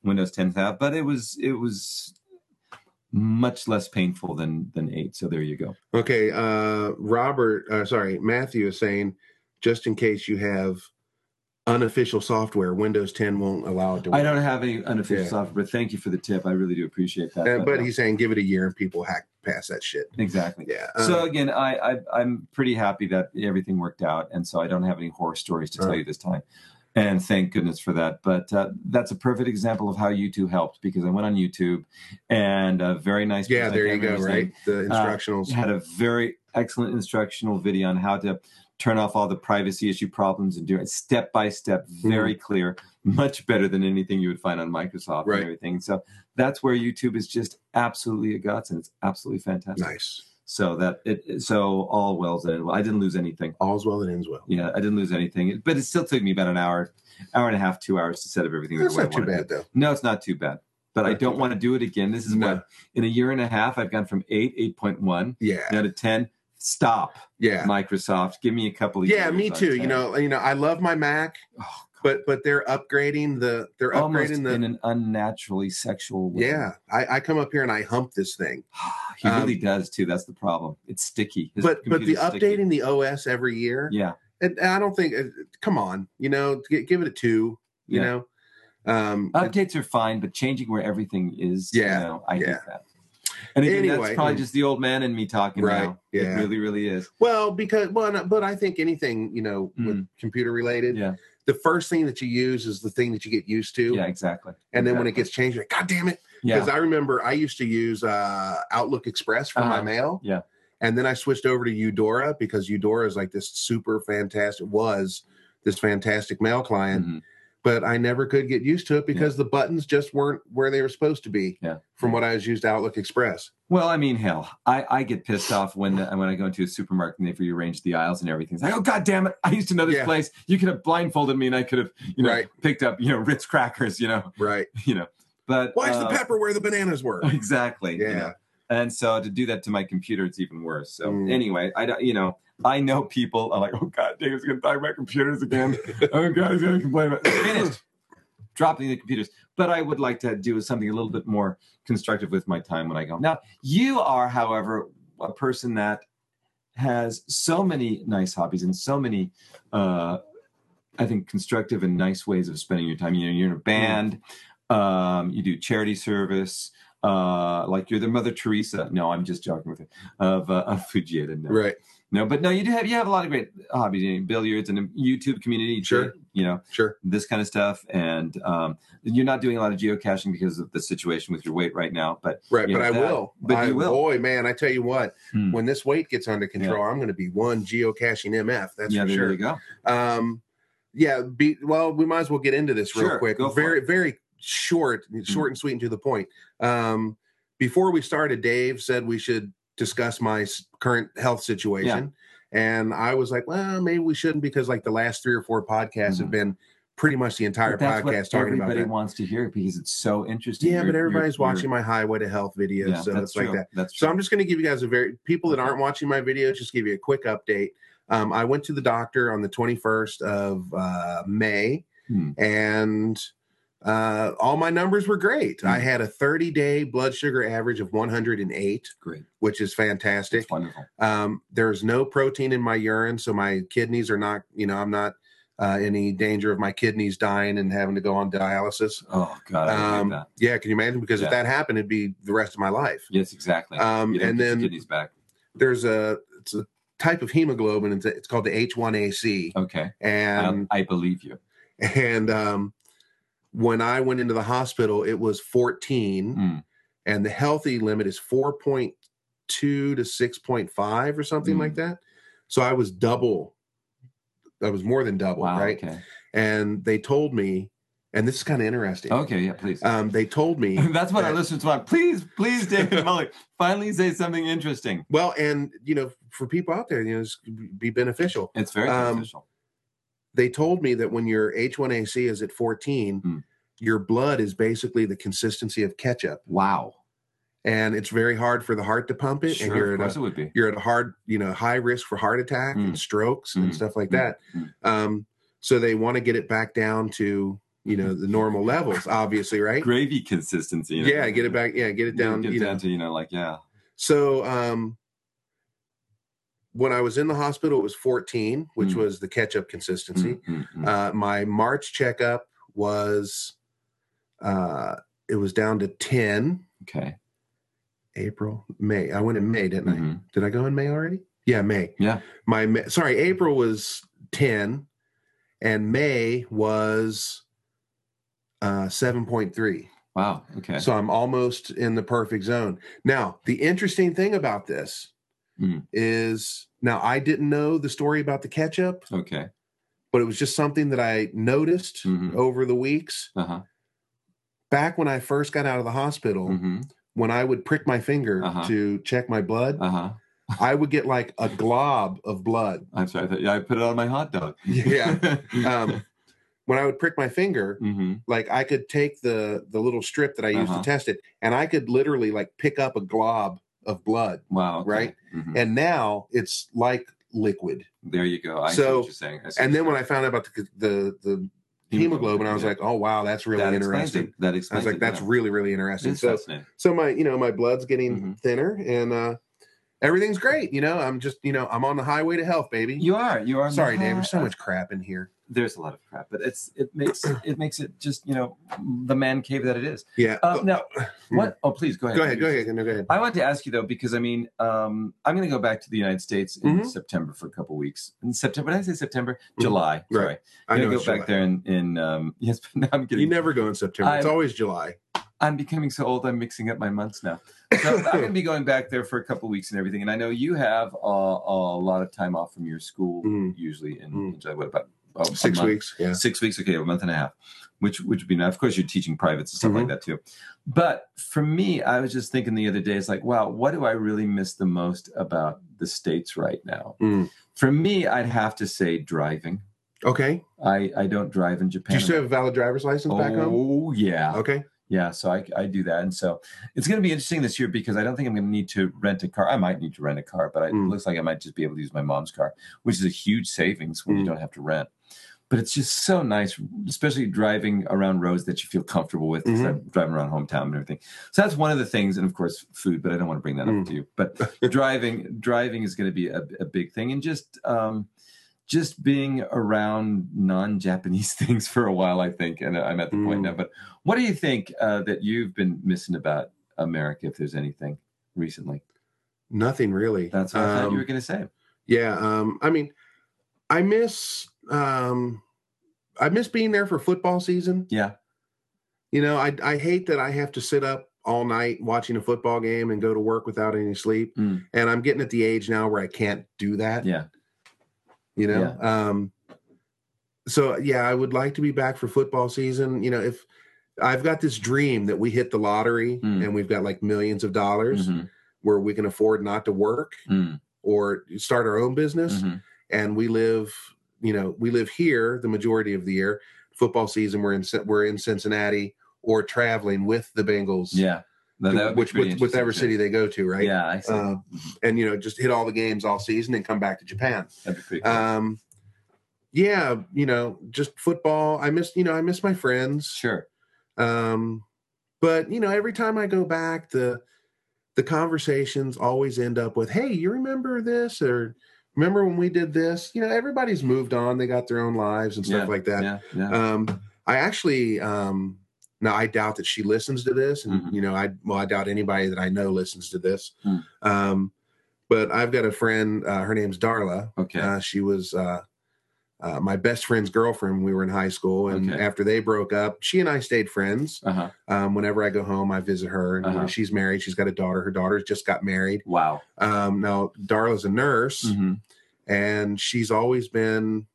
Windows 10 have. But it was it was much less painful than than eight. So there you go. Okay. Uh, Robert, uh, sorry, Matthew is saying, just in case you have unofficial software, Windows 10 won't allow it to. Work. I don't have any unofficial Yeah. software, but thank you for the tip. I really do appreciate that. Uh, but uh, he's saying give it a year and people hack past that shit. exactly. Yeah. so uh, again, I, I I'm pretty happy that everything worked out, and so I don't have any horror stories to tell Uh. you this time. And thank goodness for that. But uh, that's a perfect example of how YouTube helped because I went on YouTube, and a very nice. yeah, person, I there you can't go. remember his name, Right. The uh, instructionals. had a very excellent instructional video on how to turn off all the privacy issue problems and do it step by step, Hmm. very clear, much better than anything you would find on Microsoft Right. and everything. So that's where YouTube is just absolutely a guts and it's absolutely fantastic. nice. So that it so all wells ended well. I didn't lose anything. All's well that ends well. Yeah, I didn't lose anything. But it still took me about an hour, hour and a half, two hours to set up everything. That's the way not I too wanted bad it. though. No, it's not too bad. But I Not too don't want to do it again. This is No. what in a year and a half I've gone from eight, eight point one Yeah. out of 10 stop Yeah. microsoft give me a couple of yeah years me on too 10. you know you know i love my mac Oh, but but they're upgrading the they're almost upgrading the in an unnaturally sexual way yeah I, I come up here and i hump this thing he Um, really does too that's the problem it's sticky His but but the computer's sticky. updating the os every year yeah and, and i don't think uh, come on you know g- give it a two you Yeah. know um updates are fine but changing where everything is Yeah, you know, i yeah. hate that and again, Anyway. that's probably just the old man and me talking Right, now yeah. it really really is well because well no, but i think anything you know with Mm. computer related Yeah. the first thing that you use is the thing that you get used to yeah exactly and then when it Exactly. gets changed you're like god damn it yeah because I remember I used to use uh, Outlook Express for my Uh-huh. mail. Yeah. And then I switched over to Eudora because Eudora is like this super fantastic was this fantastic mail client, Mhm. but I never could get used to it because the buttons just weren't where they were supposed to be. Yeah. From what I was used to Outlook Express. Well, I mean, hell, I, I get pissed off when when I go into a supermarket and they've rearranged the aisles and everything. It's like, oh god damn it! I used to know this Yeah. place. You could have blindfolded me and I could have, you know, Right. picked up, you know, Ritz crackers, you know, Right. you know. But Why is the uh, pepper where the bananas were? Exactly. you Yeah. know. And so to do that to my computer, it's even worse. So Mm. anyway, I don't- you know I know people are like, oh god, David's gonna talk about computers again. oh god, he's gonna complain about finished dropping the computers. But I would like to do something a little bit more constructive with my time when I go. home. Now you are, however, a person that has so many nice hobbies and so many. Uh, I think constructive and nice ways of spending your time. You know, you're in a band, um, you do charity service, uh, like you're the Mother Teresa. No, I'm just joking with it. Of, uh, of Fujieda, no. Right. No, but no, you do have you have a lot of great hobbies, you know, billiards and a YouTube community, Sure. you know, Sure. this kind of stuff. And um, you're not doing a lot of geocaching because of the situation with your weight right now. But Right. You But know I that, will. but I, you will. Boy, man, I tell you what, Hmm. when this weight gets under control, I'm going to be one geocaching MF. That's yeah, for there sure. you go. Um, yeah, be, well, we might as well get into this real Sure, quick. go for Mm-hmm. Very, very short, short and sweet and to the point. Um, before we started, Dave said we should discuss my s- current health situation, and I was like, well, maybe we shouldn't because like the last three or four podcasts have Mhm. been pretty much the entire But that's podcast what talking about everybody that. wants to hear because it's so interesting. Yeah, You're- but you're- everybody's you're- watching my highway to health videos, Yeah, so that's it's true. like that. That's true. So I'm just going to give you guys a very people that aren't watching my video, just give you a quick update. Um, I went to the doctor on the 21st of uh, May, Hmm. and uh, all my numbers were great. I Hmm. had a 30 day blood sugar average of 108, great. which is fantastic. It's wonderful. Um, there's no protein in my urine, so my kidneys are not. You know, I'm not uh, any danger of my kidneys dying and having to go on dialysis. Oh God, I hate Um, that. yeah, can you imagine? Because if Yeah. that happened, it'd be the rest of my life Yes, exactly. um, You don't and get your then- kidneys back. there's a it's a type of hemoglobin. It's, it's called the H1AC, Okay, and I, I believe you. and um, when I went into the hospital, it was 14, Mm. and the healthy limit is 4.2 to 6.5 or something Mm. like that. So I was double. I was more than double, Wow. right? Okay. And they told me, and this is kind of interesting. Okay. Yeah. Please. Um, they told me That's what our that- listeners want. Please, please, David Mully, finally say something interesting. Well, and you know, for people out there, you know, this could be beneficial. It's very Um, beneficial. they told me that when your H1AC is at 14, Hmm. your blood is basically the consistency of ketchup, Wow. and it's very hard for the heart to pump it, and Sure. you're Of at course a it would be. you're at a hard, you know, high risk for heart attack Hmm. and strokes Hmm. and stuff like Hmm. that. Hmm. Um, so they want to get it back down to you know the normal levels, obviously, right? Gravy consistency. you know. Yeah, get it back. Yeah, get it down. Get you know, down to you know like yeah. so um, when I was in the hospital, it was 14, which Hmm. was the ketchup consistency. Mm, mm, mm. Uh, my March checkup was uh it was down to 10 okay. April, May. I went in May, didn't I? Mhm. Did I go in May already? Yeah, May. Yeah. My Ma- sorry, April was 10 and May was uh 7.3. Wow. Okay. So I'm almost in the perfect zone. Now, the interesting thing about this Mm. is now I didn't know the story about the ketchup, okay. but it was just something that I noticed Mhm. over the weeks. Uh huh. back when I first got out of the hospital, Mm-hmm. when I would prick my finger Uh-huh. to check my blood, Uh huh. I would get like a glob of blood. I'm sorry. I thought- yeah, I put it on my hot dog. Yeah. Um, when I would prick my finger, mm-hmm. like I could take the the little strip that I used Uh-huh. to test it, and I could literally like pick up a glob of blood. Wow. okay. Right? Mhm. And now it's like liquid. There you go. I see So- what you're saying. I see And what then you're when I found out about the the, the saying. hemoglobin, I was yeah. like, oh wow, that's really that explains interesting. it. That I was explains like, it, that's yeah. really really It interesting. is So fascinating. so my you know my blood's getting Mhm. thinner and uh everything's great you know i'm just you know i'm on the highway to health baby You are. You are. sorry dave there's so much. much crap in here there's a lot of crap, but it's it makes it makes it just you know the man cave that it is. yeah Uh, now, what? Oh, please go ahead. hmm. go ahead go ahead no, go ahead I want to ask you though, because I mean, um, I'm going to go back to the United States in Mhm. September for a couple weeks. In September, did I say September? Mhm. July. Right. Sorry, i know I'm going to it's go back July. there in in um, yes. But now I'm getting. you never go in september it's I'm- always july I'm becoming so old. I'm mixing up my months now. So I'm going to be going back there for a couple weeks and everything. And I know you have a, a lot of time off from your school Mhm. usually in, Mhm. in July. What about oh, a six month? weeks yeah six weeks okay a month and a half which which would be nice of course you're teaching privates and stuff Mm-hmm. like that too but for me i was just thinking the other day it's like wow what do i really miss the most about the states right now Mm. for me i'd have to say driving okay i i don't drive in do japan you still have a valid driver's license back home oh yeah okay yeah so I, I do that and so it's going to be interesting this year because i don't think i'm going to need to rent a car i might need to rent a car but I, it Mm. looks like i might just be able to use my mom's car which is a huge savings when you Mm. don't have to rent but it's just so nice especially driving around roads that you feel comfortable with 'cause Mhm. I'm driving around hometown and everything so that's one of the things and of course food but i don't want to bring that Mm. up to you but driving driving is going to be a, a big thing and just um just being around non-japanese things for a while i think and i'm at the point Mm. now but what do you think uh, that you've been missing about america if there's anything recently Nothing really. that's what i thought Um, you were going to say Yeah, um, I mean, I miss um, I miss being there for football season. yeah You know, I I hate that I have to sit up all night watching a football game and go to work without any sleep. Mm. And I'm getting at the age now where I can't do that. yeah You know, um, so yeah, I would like to be back for football season. You know, if I've got this dream that we hit the lottery Mm. and we've got like millions of dollars Mhm. where we can afford not to work Mm. or start our own business Mhm. and we live you know we live here the majority of the year football season we're in Cin- we're in cincinnati or traveling with the bengals yeah That- that to- would be which pretty with, whichever interesting, city they go to too. right yeah I see. Uh, and you know just hit all the games all season and come back to japan that'd be pretty cool. um yeah you know just football i miss you know i miss my friends sure um but you know every time i go back the the conversations always end up with hey you remember this or remember when we did this you know everybody's moved on they got their own lives and stuff like that yeah yeah um i actually um now i doubt that she listens to this and Mhm. you know i well i doubt anybody that i know listens to this Hmm. um but i've got a friend uh, her name's darla okay uh, she was uh, uh, my best friend's girlfriend when we were in high school and Okay. after they broke up she and i stayed friends uh-huh um, whenever I go home, I visit her. And, you know, Uh-huh. she's married. She's got a daughter. Her daughter's just got married. wow Um, now, Darla's a nurse, hmm and she's always been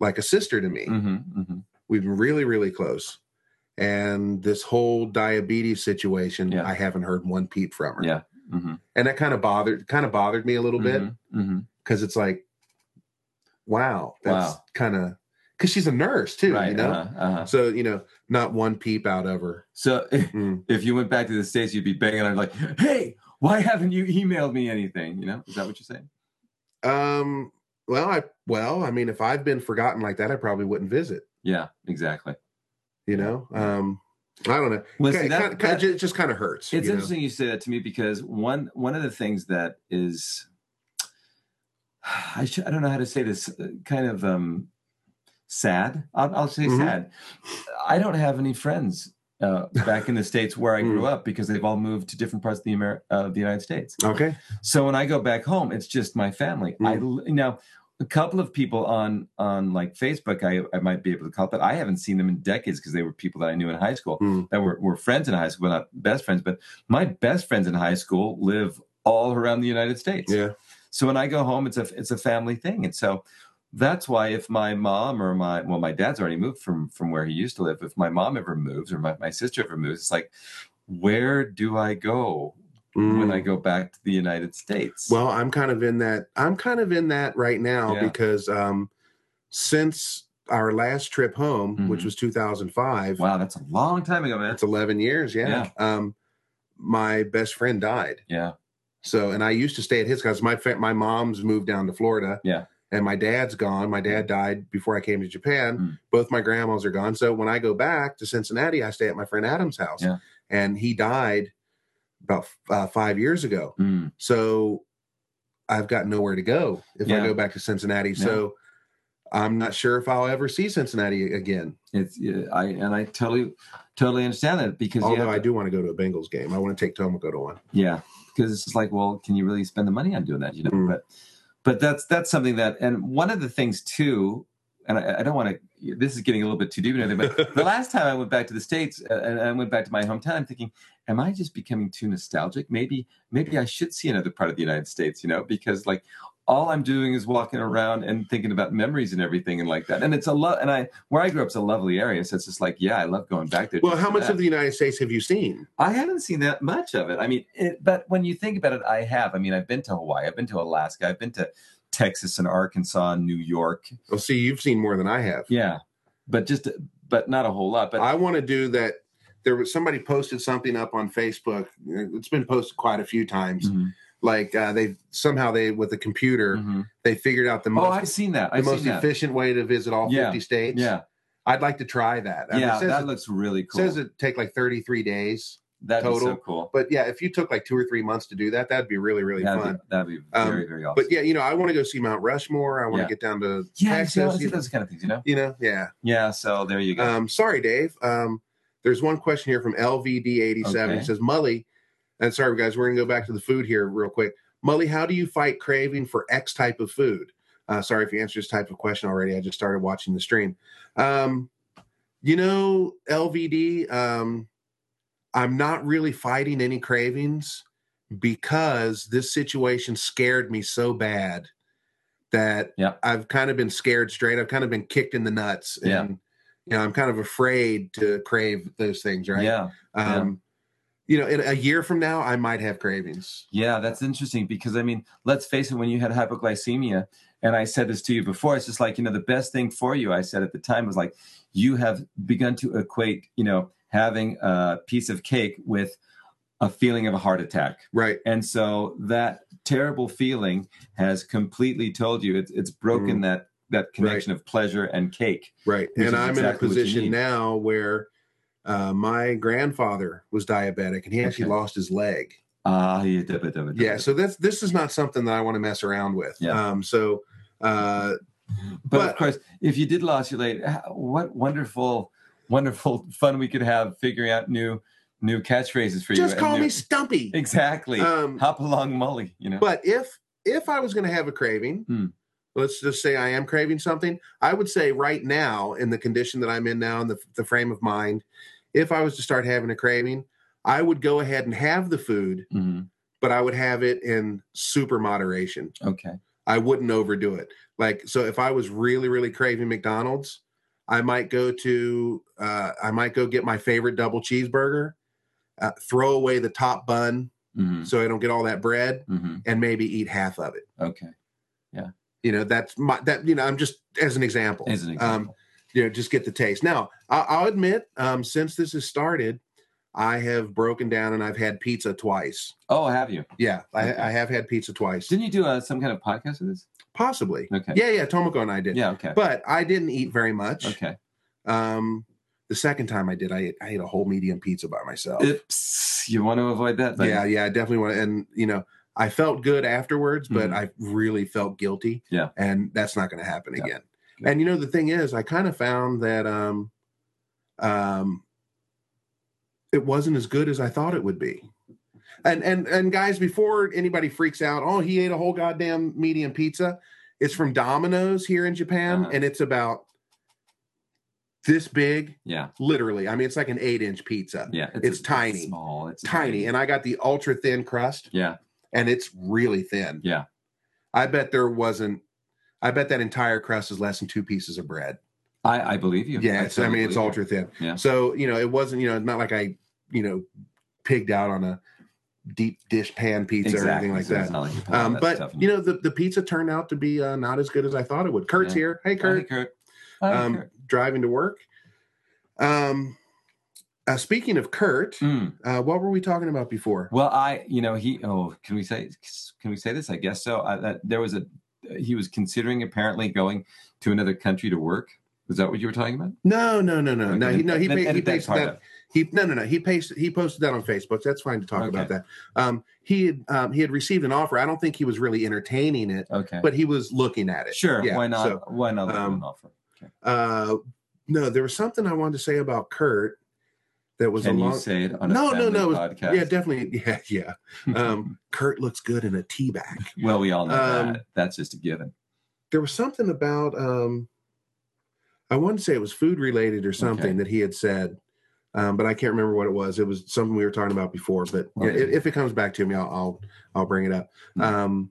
like a sister to me. hmm hmm We've been really, really close. And this whole diabetes situation, Yeah. I haven't heard one peep from her. Yeah. hmm And that kind of bothered kind of bothered me a little bit hmm because it's like, wow, that's Wow. kind of because she's a nurse too, Right. you know. uh-huh, uh-huh. So you know, not one peep out of her. So Mm. if you went back to the states, you'd be banging on like, "Hey, why haven't you emailed me anything?" You know, is that what you're saying? Um. Well, I well, I mean, if I've been forgotten like that, I probably wouldn't visit. Yeah, exactly. You Yeah. know. Um. I don't know. Well, see, Ki- that- kinda- kinda that- ju- it just kind of hurts. It's you know? interesting you say that to me because one one of the things that is I sh- I don't know how to say this uh, kind of um sad. I'll, I'll say Mhm. sad. I don't have any friends uh, back in the states where I Hmm. grew up because they've all moved to different parts of the Amer- of the United States. Okay. So when I go back home, it's just my family. I Mm. li- now a couple of people on on like Facebook, I, I might be able to call, but I haven't seen them in decades because they were people that I knew in high school Mm. that were, were friends in high school, well, not best friends, but my best friends in high school live all around the United States. Yeah. So when I go home, it's a it's a family thing, and so that's why if my mom or my well, my dad's already moved from from where he used to live. If my mom ever moves or my, my sister ever moves, it's like where do I go when Mm. I go back to the United States? Well, I'm kind of in that. I'm kind of in that right now Yeah. because um, since our last trip home, which Mhm. was 2005, Wow, that's a long time ago, man. that's 11 years. Yeah. Um, my best friend died. yeah, So, and I used to stay at his because my fa- my mom's moved down to Florida. Yeah. And my dad's gone. My dad died before I came to Japan. Mm. Both my grandmas are gone. So when I go back to Cincinnati, I stay at my friend Adam's house. Yeah. And he died about uh, five years ago. Mm, So I've got nowhere to go if Yeah. I go back to Cincinnati. So I'm not sure if I'll ever see Cincinnati again. it's yeah, I and I totally totally understand that because you Although have I to- do want to go to a Bengals game. I want to take Tomoko to one. yeah, because it's just like, well, can you really spend the money on doing that? You know, Mm. but but that's that's something that and one of the things too, and I, I don't want to. This is getting a little bit too deep and everything, but the last time I went back to the states uh, and I went back to my hometown, I'm thinking, am I just becoming too nostalgic? Maybe maybe I should see another part of the United States, you know, because like all I'm doing is walking around and thinking about memories and everything and like that. And it's a lot. And I where I grew up is a lovely area, so it's just like, yeah, I love going back there. Well, just how for much that. of the United States have you seen? I haven't seen that much of it. I mean, it, but when you think about it, I have. I mean, I've been to Hawaii, I've been to Alaska, I've been to Texas and Arkansas and New York. Well, see, you've seen more than I have. Yeah, but just but not a whole lot. But I want to do that there was somebody posted something up on Facebook. It's been posted quite a few times. Mhm. Like uh, they somehow they with a computer Mhm. they figured out the Oh, most I've seen that. the I've most seen that. efficient way to visit all Yeah. 50 states. Yeah, I'd like to try that. I mean, yeah, it says, that it, looks really cool. says it take like 33 days. That'd be so total, cool. But yeah, if you took like two or three months to do that, that'd be really really that'd, fun. Be, that'd be Um, very, very awesome. But yeah, you know, I want to go see Mount Rushmore. I want Yeah. to get down to yeah, see, I Texas. see you, those kind of things, you know. you know, yeah. Yeah, so there you go. Um, sorry, Dave. Um, there's one question here from LVD87. Okay. It says, Mully, and sorry, guys, we're going to go back to the food here real quick. Mully, how do you fight craving for X type of food? Uh, sorry if you answered this type of question already. I just started watching the stream. Um, you know, LVD, um, I'm not really fighting any cravings because this situation scared me so bad that Yeah. I've kind of been scared straight. I've kind of been kicked in the nuts. And, Yeah. you know, I'm kind of afraid to crave those things, right? Yeah, Um, You know, in a year from now, I might have cravings. yeah, that's interesting because I mean, let's face it, when you had hypoglycemia, and I said this to you before, it's just like you know, the best thing for you, I said at the time, was like you have begun to equate, you know, having a piece of cake with a feeling of a heart attack. Right. And so that terrible feeling has completely told you it's, it's Mm. broken that that connection of pleasure and cake. Right. Which is and I'm in a exactly what you need. position now where uh, my grandfather was diabetic and he actually Okay. lost his leg. Ah, yeah, da- da- da- da- Yeah. So that's, this is not something that I want to mess around with. Yeah. Um, so, uh, But, of but- uh, course, if you did lossulate, what wonderful, wonderful fun we could have figuring out new new catchphrases for you. just and call new- me Stumpy. exactly. Um, Hop along, Mully. You know. But if if I was going to have a craving, Hmm. let's just say I am craving something, I would say right now in the condition that I'm in now in the the frame of mind, if I was to start having a craving, I would go ahead and have the food, Mhm. but I would have it in super moderation. Okay. I wouldn't overdo it. Like so if I was really really craving McDonald's, I might go to uh I might go get my favorite double cheeseburger, uh, throw away the top bun hmm so I don't get all that bread hmm and maybe eat half of it. Okay. you know that's my that you know i'm just as an example As an um example. you know just get the taste now I, i'll admit um since this has started i have broken down and i've had pizza twice oh, have you? yeah Okay. I, I have had pizza twice Didn't you do uh, some kind of podcast with this? possibly Okay. yeah yeah tomoko and i did Yeah. Okay. but i didn't eat very much okay. um the second time i did i ate, I ate a whole medium pizza by myself Oops. You want to avoid that? then. yeah yeah i definitely want to and you know i felt good afterwards but Mhm. i really felt guilty Yeah. and that's not going to happen Yeah. again Good. and you know the thing is i kind of found that um um it wasn't as good as i thought it would be and and and guys before anybody freaks out oh he ate a whole goddamn medium pizza it's from domino's here in japan Uh-huh. and it's about this big Yeah. literally i mean it's like an eight inch pizza Yeah. It's tiny. small. It's tiny and i got the ultra thin crust yeah. and it's really thin. Yeah. I bet there wasn't. I bet that entire crust is less than two pieces of bread. I, I believe you. Yeah, it's, I totally mean it's believe you. ultra thin. Yeah. So you know it wasn't. You know it's not like I you know pigged out on a deep dish pan pizza or anything like so it's that. not like you're pulling Um, that but stuff and- you know the, the pizza turned out to be uh, not as good as I thought it would. Kurt's Yeah. here. Hey Oh, hey, Kurt. Kurt. Oh, hey, Um, Kurt. driving to work. Um, uh, speaking of Kurt, Mm. uh, what were we talking about before? Well, I, you know, he. Oh, can we say? Can we say this? I guess so. I, that, there was a. He was considering apparently going to another country to work. Was that what you were talking about? No, no, no, no, no. Okay. He, no, he, Then pa- he edit that based part that out. He no no no he pasted, he posted that on Facebook. That's fine to talk Okay. about that. Um, he had um, he had received an offer. I don't think he was really entertaining it, Okay. but he was looking at it. sure. Yeah, why not? so, why not? let um, him offer? uh, no, there was something I wanted to say about Kurt that was Can a long. you say it on a No, no, family no, it was- podcast? yeah, definitely. Yeah, yeah. Um, Kurt looks good in a tea bag. well, we all know um, that. That's just a given. There was something about um, I want to say it was food related or something Okay. that he had said. Um, but I can't remember what it was. It was something we were talking about before. But yeah, Okay. if, if it comes back to me, I'll I'll, I'll bring it up. Hmm. Um,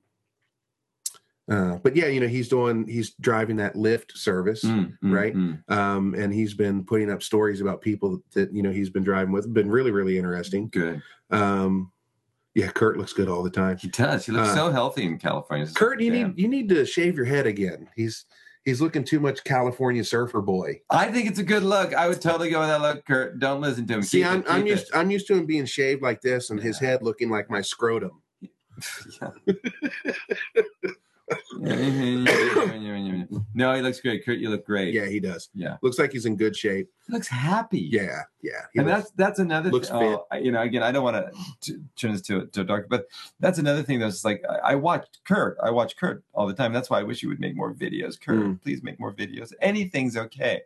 uh, but yeah, you know, he's doing he's driving that Lyft service, Mm, mm, right? mm. um, and he's been putting up stories about people that you know he's been driving with. Been really really interesting. Good. Um, yeah, Kurt looks good all the time. He does. He looks Uh, so healthy in California. It's Kurt, you damn- need you need to shave your head again. He's He's looking too much California surfer boy. I think it's a good look. I would totally go with that look, Kurt. Don't listen to him. See, Keep it, I'm, I'm keep used I'm used to him being shaved like this and his head looking like my scrotum. it. no, he looks great, Kurt. You look great. Yeah, he does. Yeah. Looks like he's in good shape. He looks happy. Yeah, yeah. He and looks- that's that's another looks thing. fit. oh, I- you know, again, I don't want to turn this to to dark, but that's another thing that's like I, I watched Kurt. I watch Kurt all the time. That's why I wish you would make more videos, Kurt. Mm. Please make more videos. Anything's okay,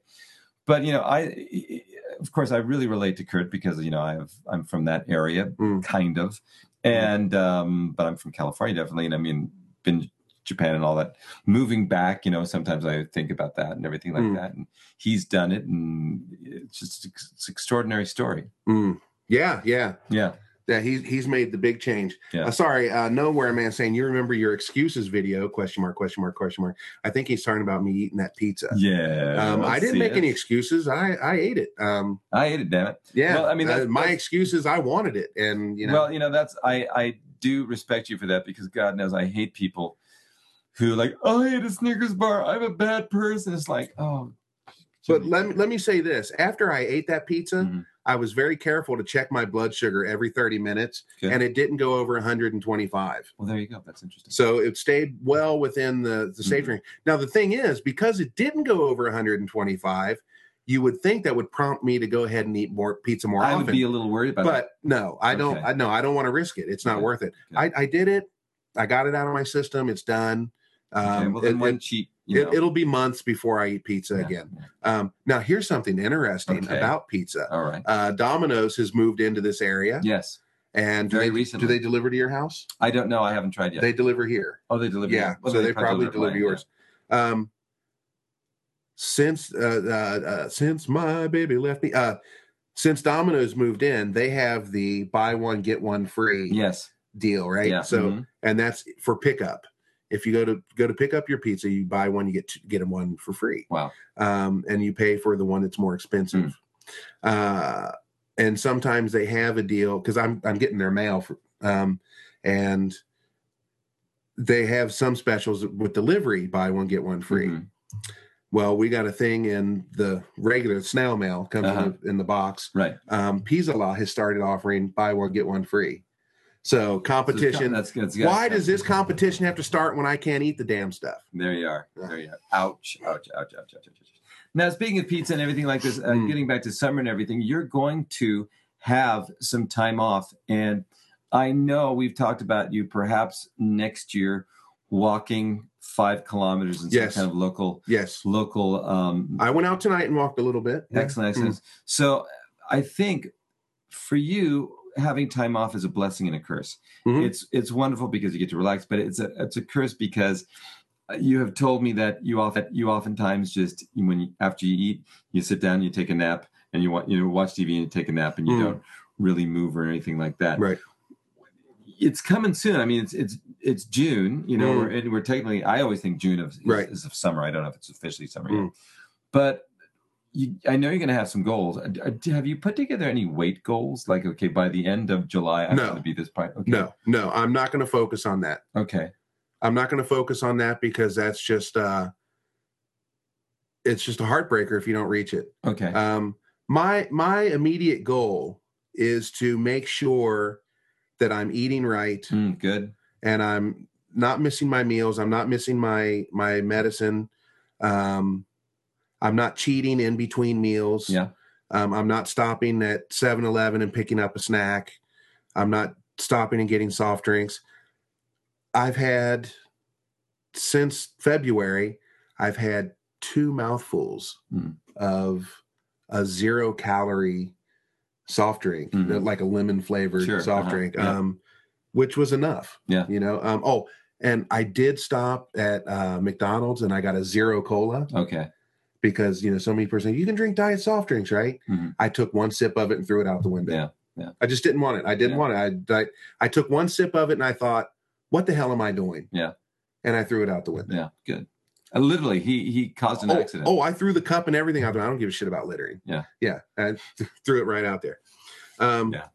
but you know, I e, of course I really relate to Kurt because you know I have I'm from that area, Mm. kind of, and um, but I'm from California definitely, and I mean been to Japan and all that. Moving back, you know, sometimes I think about that and everything like Mm. that, and he's done it, and it's just ex- it's an extraordinary story. Mm. yeah, yeah. Yeah. Yeah, he's he's made the big change. Yeah. Uh, sorry, uh, nowhere man saying you remember your excuses video? Question mark? Question mark? Question mark? I think he's talking about me eating that pizza. Yeah. um, let's I didn't see make it. any excuses. I I ate it. Um, I ate it, damn it. yeah, Well, I I mean, mean, that's- my that's- excuses. I wanted it, and you know, Well, you know, that's I I do respect you for that because God knows I hate people who like, oh, I ate a Snickers bar. I'm a bad person. It's like, oh. but Jimmy. let me, let me say this: after I ate that pizza, Mhm. I was very careful to check my blood sugar every thirty minutes, Good. and it didn't go over one hundred and twenty-five. Well, there you go. That's interesting. So it stayed well within the, the safe Mhm. range. Now, the thing is, because it didn't go over 125, you would think that would prompt me to go ahead and eat more pizza more I would often. be a little worried about that. but no, I don't. Okay. I no, I don't want to risk it. It's not Okay. worth it. Good. I, I did it. I got it out of my system. It's done. Um, Okay, well, then it, one it- cheat. You know. it, will be months before I eat pizza Yeah, again. yeah. Um, now, here's something interesting Okay. about pizza. All right. Uh, Domino's has moved into this area, Yes. and do Very they, recently. do they deliver to your house? I don't know. I haven't tried yet. They deliver here. oh, they deliver. yeah, Well, so they probably deliver mine, yours. Um, since uh, uh, uh, since my baby left me, uh, since Domino's moved in, they have the buy one get one free yeah. Yes. deal, right? Yeah. So, mhm. and that's for pickup. If you go to go to pick up your pizza, you buy one, you get t- get 'em one for free, wow. um, and you pay for the one that's more expensive. Mm. Uh, and sometimes they have a deal because I'm I'm getting their mail for, um, and they have some specials with delivery buy one get one free. Mhm. Well, we got a thing in the regular snail mail comes Uh-huh. in, the, in the box. Right. Um, Pizza Law has started offering buy one get one free. So So it's competition. got- that's good. It's got- Why does this competition have to start when I can't eat the damn stuff? There you are. Yeah. There you are. Ouch. Ouch. Ouch. Ouch. Ouch. Ouch. ouch. Now, speaking of pizza and everything like this, uh, Mm. getting back to summer and everything, you're going to have some time off. And I know we've talked about you perhaps next year walking five kilometers in some Yes. kind of local, Yes, local, um, I went out tonight and walked a little bit. Mm. excellent, Hmm. excellent. So I think for you, having time off is a blessing and a curse Mhm. it's it's wonderful because you get to relax but it's a it's a curse because you have told me that you often you oftentimes just when you, after you eat you sit down you take a nap and you want you know watch tv and you take a nap and you Mm. don't really move or anything like that Right. it's coming soon i mean it's it's it's june you know Mm. we're, and we're technically i always think june of, is, Right. is of summer i don't know if it's officially summer yet Mm. but you, I know you're going to have some goals. Uh, d- Have you put together any weight goals? Like, okay, by the end of July, I'm No. going to be this part. Okay. No, no, I'm not going to focus on that. Okay. I'm not going to focus on that because that's just uh it's just a heartbreaker if you don't reach it. Okay. Um my my immediate goal is to make sure that I'm eating right Mm, good. and I'm not missing my meals, I'm not missing my my medicine. Um I'm not cheating in between meals. Yeah. Um, I'm not stopping at 7 Eleven and picking up a snack. I'm not stopping and getting soft drinks. I've had, since February, I've had two mouthfuls Mm. of a zero calorie soft drink, Mhm. uh, like a lemon flavored Sure, soft uh-huh, drink, yeah. um, which was enough. Yeah. You know, um, oh, and I did stop at uh, McDonald's and I got a zero cola Okay. because you know so many person you can drink diet soft drinks right Mhm. i took one sip of it and threw it out the window Yeah, yeah. i just didn't want it i didn't Yeah. want it I, I i took one sip of it and i thought what the hell am i doing Yeah. and i threw it out the window Yeah. Good. Uh, literally, he he caused an oh, accident. oh, i threw the cup and everything out there i don't give a shit about littering Yeah. yeah i th- threw it right out there um Yeah.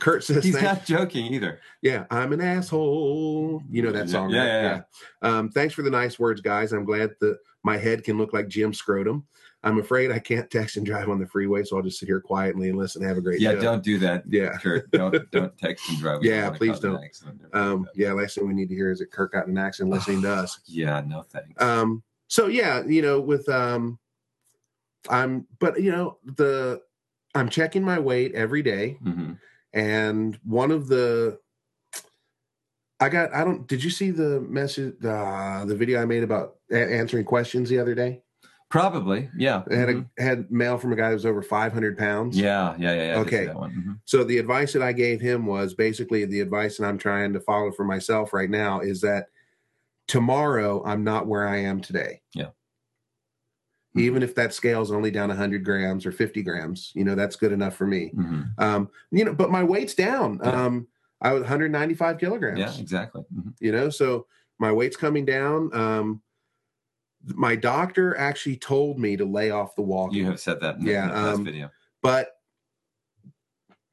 Kurt says, He's "Thank- not joking either. yeah, I'm an asshole. You know that Yeah, song, yeah, right? yeah, Um, thanks for the nice words, guys. I'm glad that my head can look like Jim Scrotum. I'm afraid I can't text and drive on the freeway, so I'll just sit here quietly and listen. Have a great Yeah, show. don't do that. Yeah. Kurt, don't don't text and drive. We uh, Yeah, wanna please cause an don't. accident. Never do Um, that. yeah, last thing we need to hear is that Kirk got in an accident listening to us. yeah, no thanks. Um, so yeah, you know, with um, I'm, but you know, the I'm checking my weight every day, hmm and one of the I got I don't did you see the message uh, the video I made about a- answering questions the other day? Probably, yeah. I had mhm. a had mail from a guy that was over 500 pounds. Yeah, yeah, yeah. yeah I did see Okay. that one. Mhm. So the advice that I gave him was basically the advice that I'm trying to follow for myself right now is that tomorrow I'm not where I am today. Yeah. Mm-hmm. Even if that scale's only down 100 grams or 50 grams, you know, that's good enough for me. Mhm. Um, you know, but my weight's down. Yeah. Um, I was 195 kilograms Yeah, exactly. Mhm. you know so my weight's coming down um my doctor actually told me to lay off the walking You have said that in the, Yeah, in the last um, video. but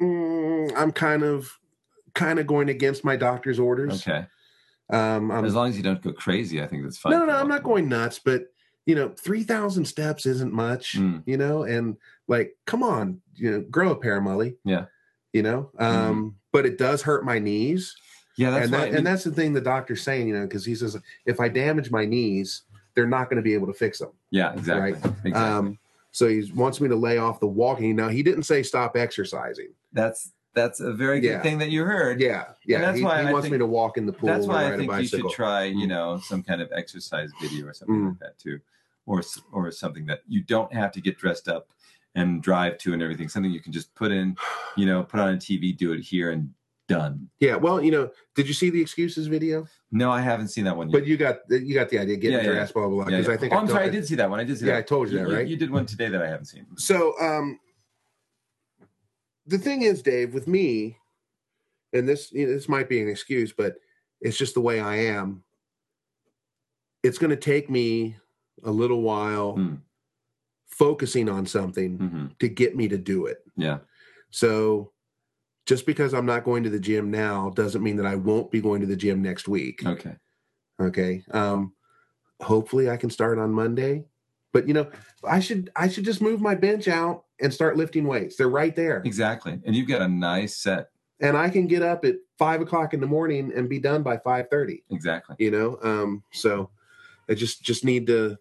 mm, i'm kind of kind of going against my doctor's orders Okay, um I'm, as long as you don't go crazy, I think that's fine. no no for no i'm not walking. going nuts but you know 3000 steps isn't much Mm. you know and like come on you know grow a pair mully Yeah. Mm-hmm. you know um but it does hurt my knees Yeah, that's and, why. that, I mean, and that's the thing the doctor's saying, you know, because he says if I damage my knees, they're not going to be able to fix them. yeah, exactly. Exactly. Um, so he wants me to lay off the walking. Now he didn't say stop exercising. that's that's a very good yeah. thing that you heard. Yeah, yeah. that's he, why he I wants me think- to walk in the pool that's and why I ride a think you should bicycle. try, you Mm. know, some kind of exercise video or something Mm. like that too, or s- or something that you don't have to get dressed up and drive to and everything. Something you can just put in, you know, put on a TV, do it here, and done. yeah. Well, you know, did you see the excuses video? No, I haven't seen that one yet. But you got you got the idea. Get Yeah, yeah. dressed, blah blah blah. Yeah, Because yeah. I think oh, I'm told- sorry, I did see that one. I did see Yeah, that. I told you that, right? You did one today that I haven't seen. So um the thing is, Dave, with me, and this you know, this might be an excuse, but it's just the way I am. It's going to take me a little while Mm. focusing on something hmm to get me to do it. Yeah, So just because I'm not going to the gym now doesn't mean that I won't be going to the gym next week. okay. Okay. Um, hopefully I can start on Monday. But you know, I should I should just move my bench out and start lifting weights. They're right there. Exactly. And you've got a nice set. and I can get up at five o'clock in the morning and be done by five thirty. Exactly. You know, um, so I just just need to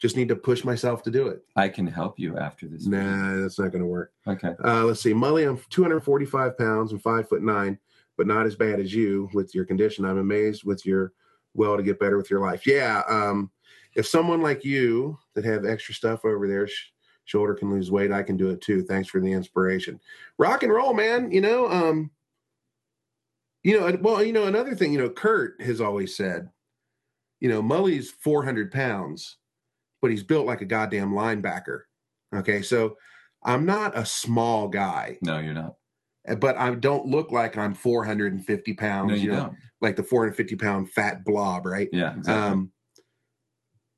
just need to push myself to do it. I can help you after this. Nah, that's not going to work. Okay. Uh, let's see, Mully, I'm 245 pounds and five foot nine, but not as bad as you with your condition. I'm amazed with your will to get better with your life. Yeah, um, if someone like you that have extra stuff over their sh- shoulder can lose weight, I can do it too. Thanks for the inspiration. Rock and roll, man. You know, um, you know, and- well, you know, another thing, you know, Kurt has always said, you know, Mully's 400 pounds, but he's built like a goddamn linebacker. Okay, so I'm not a small guy, eh, No, you're not. but I don't look like I'm 450 pounds. No, you you know, don't. like the 450 pound fat blob, right? Yeah, exactly. Um,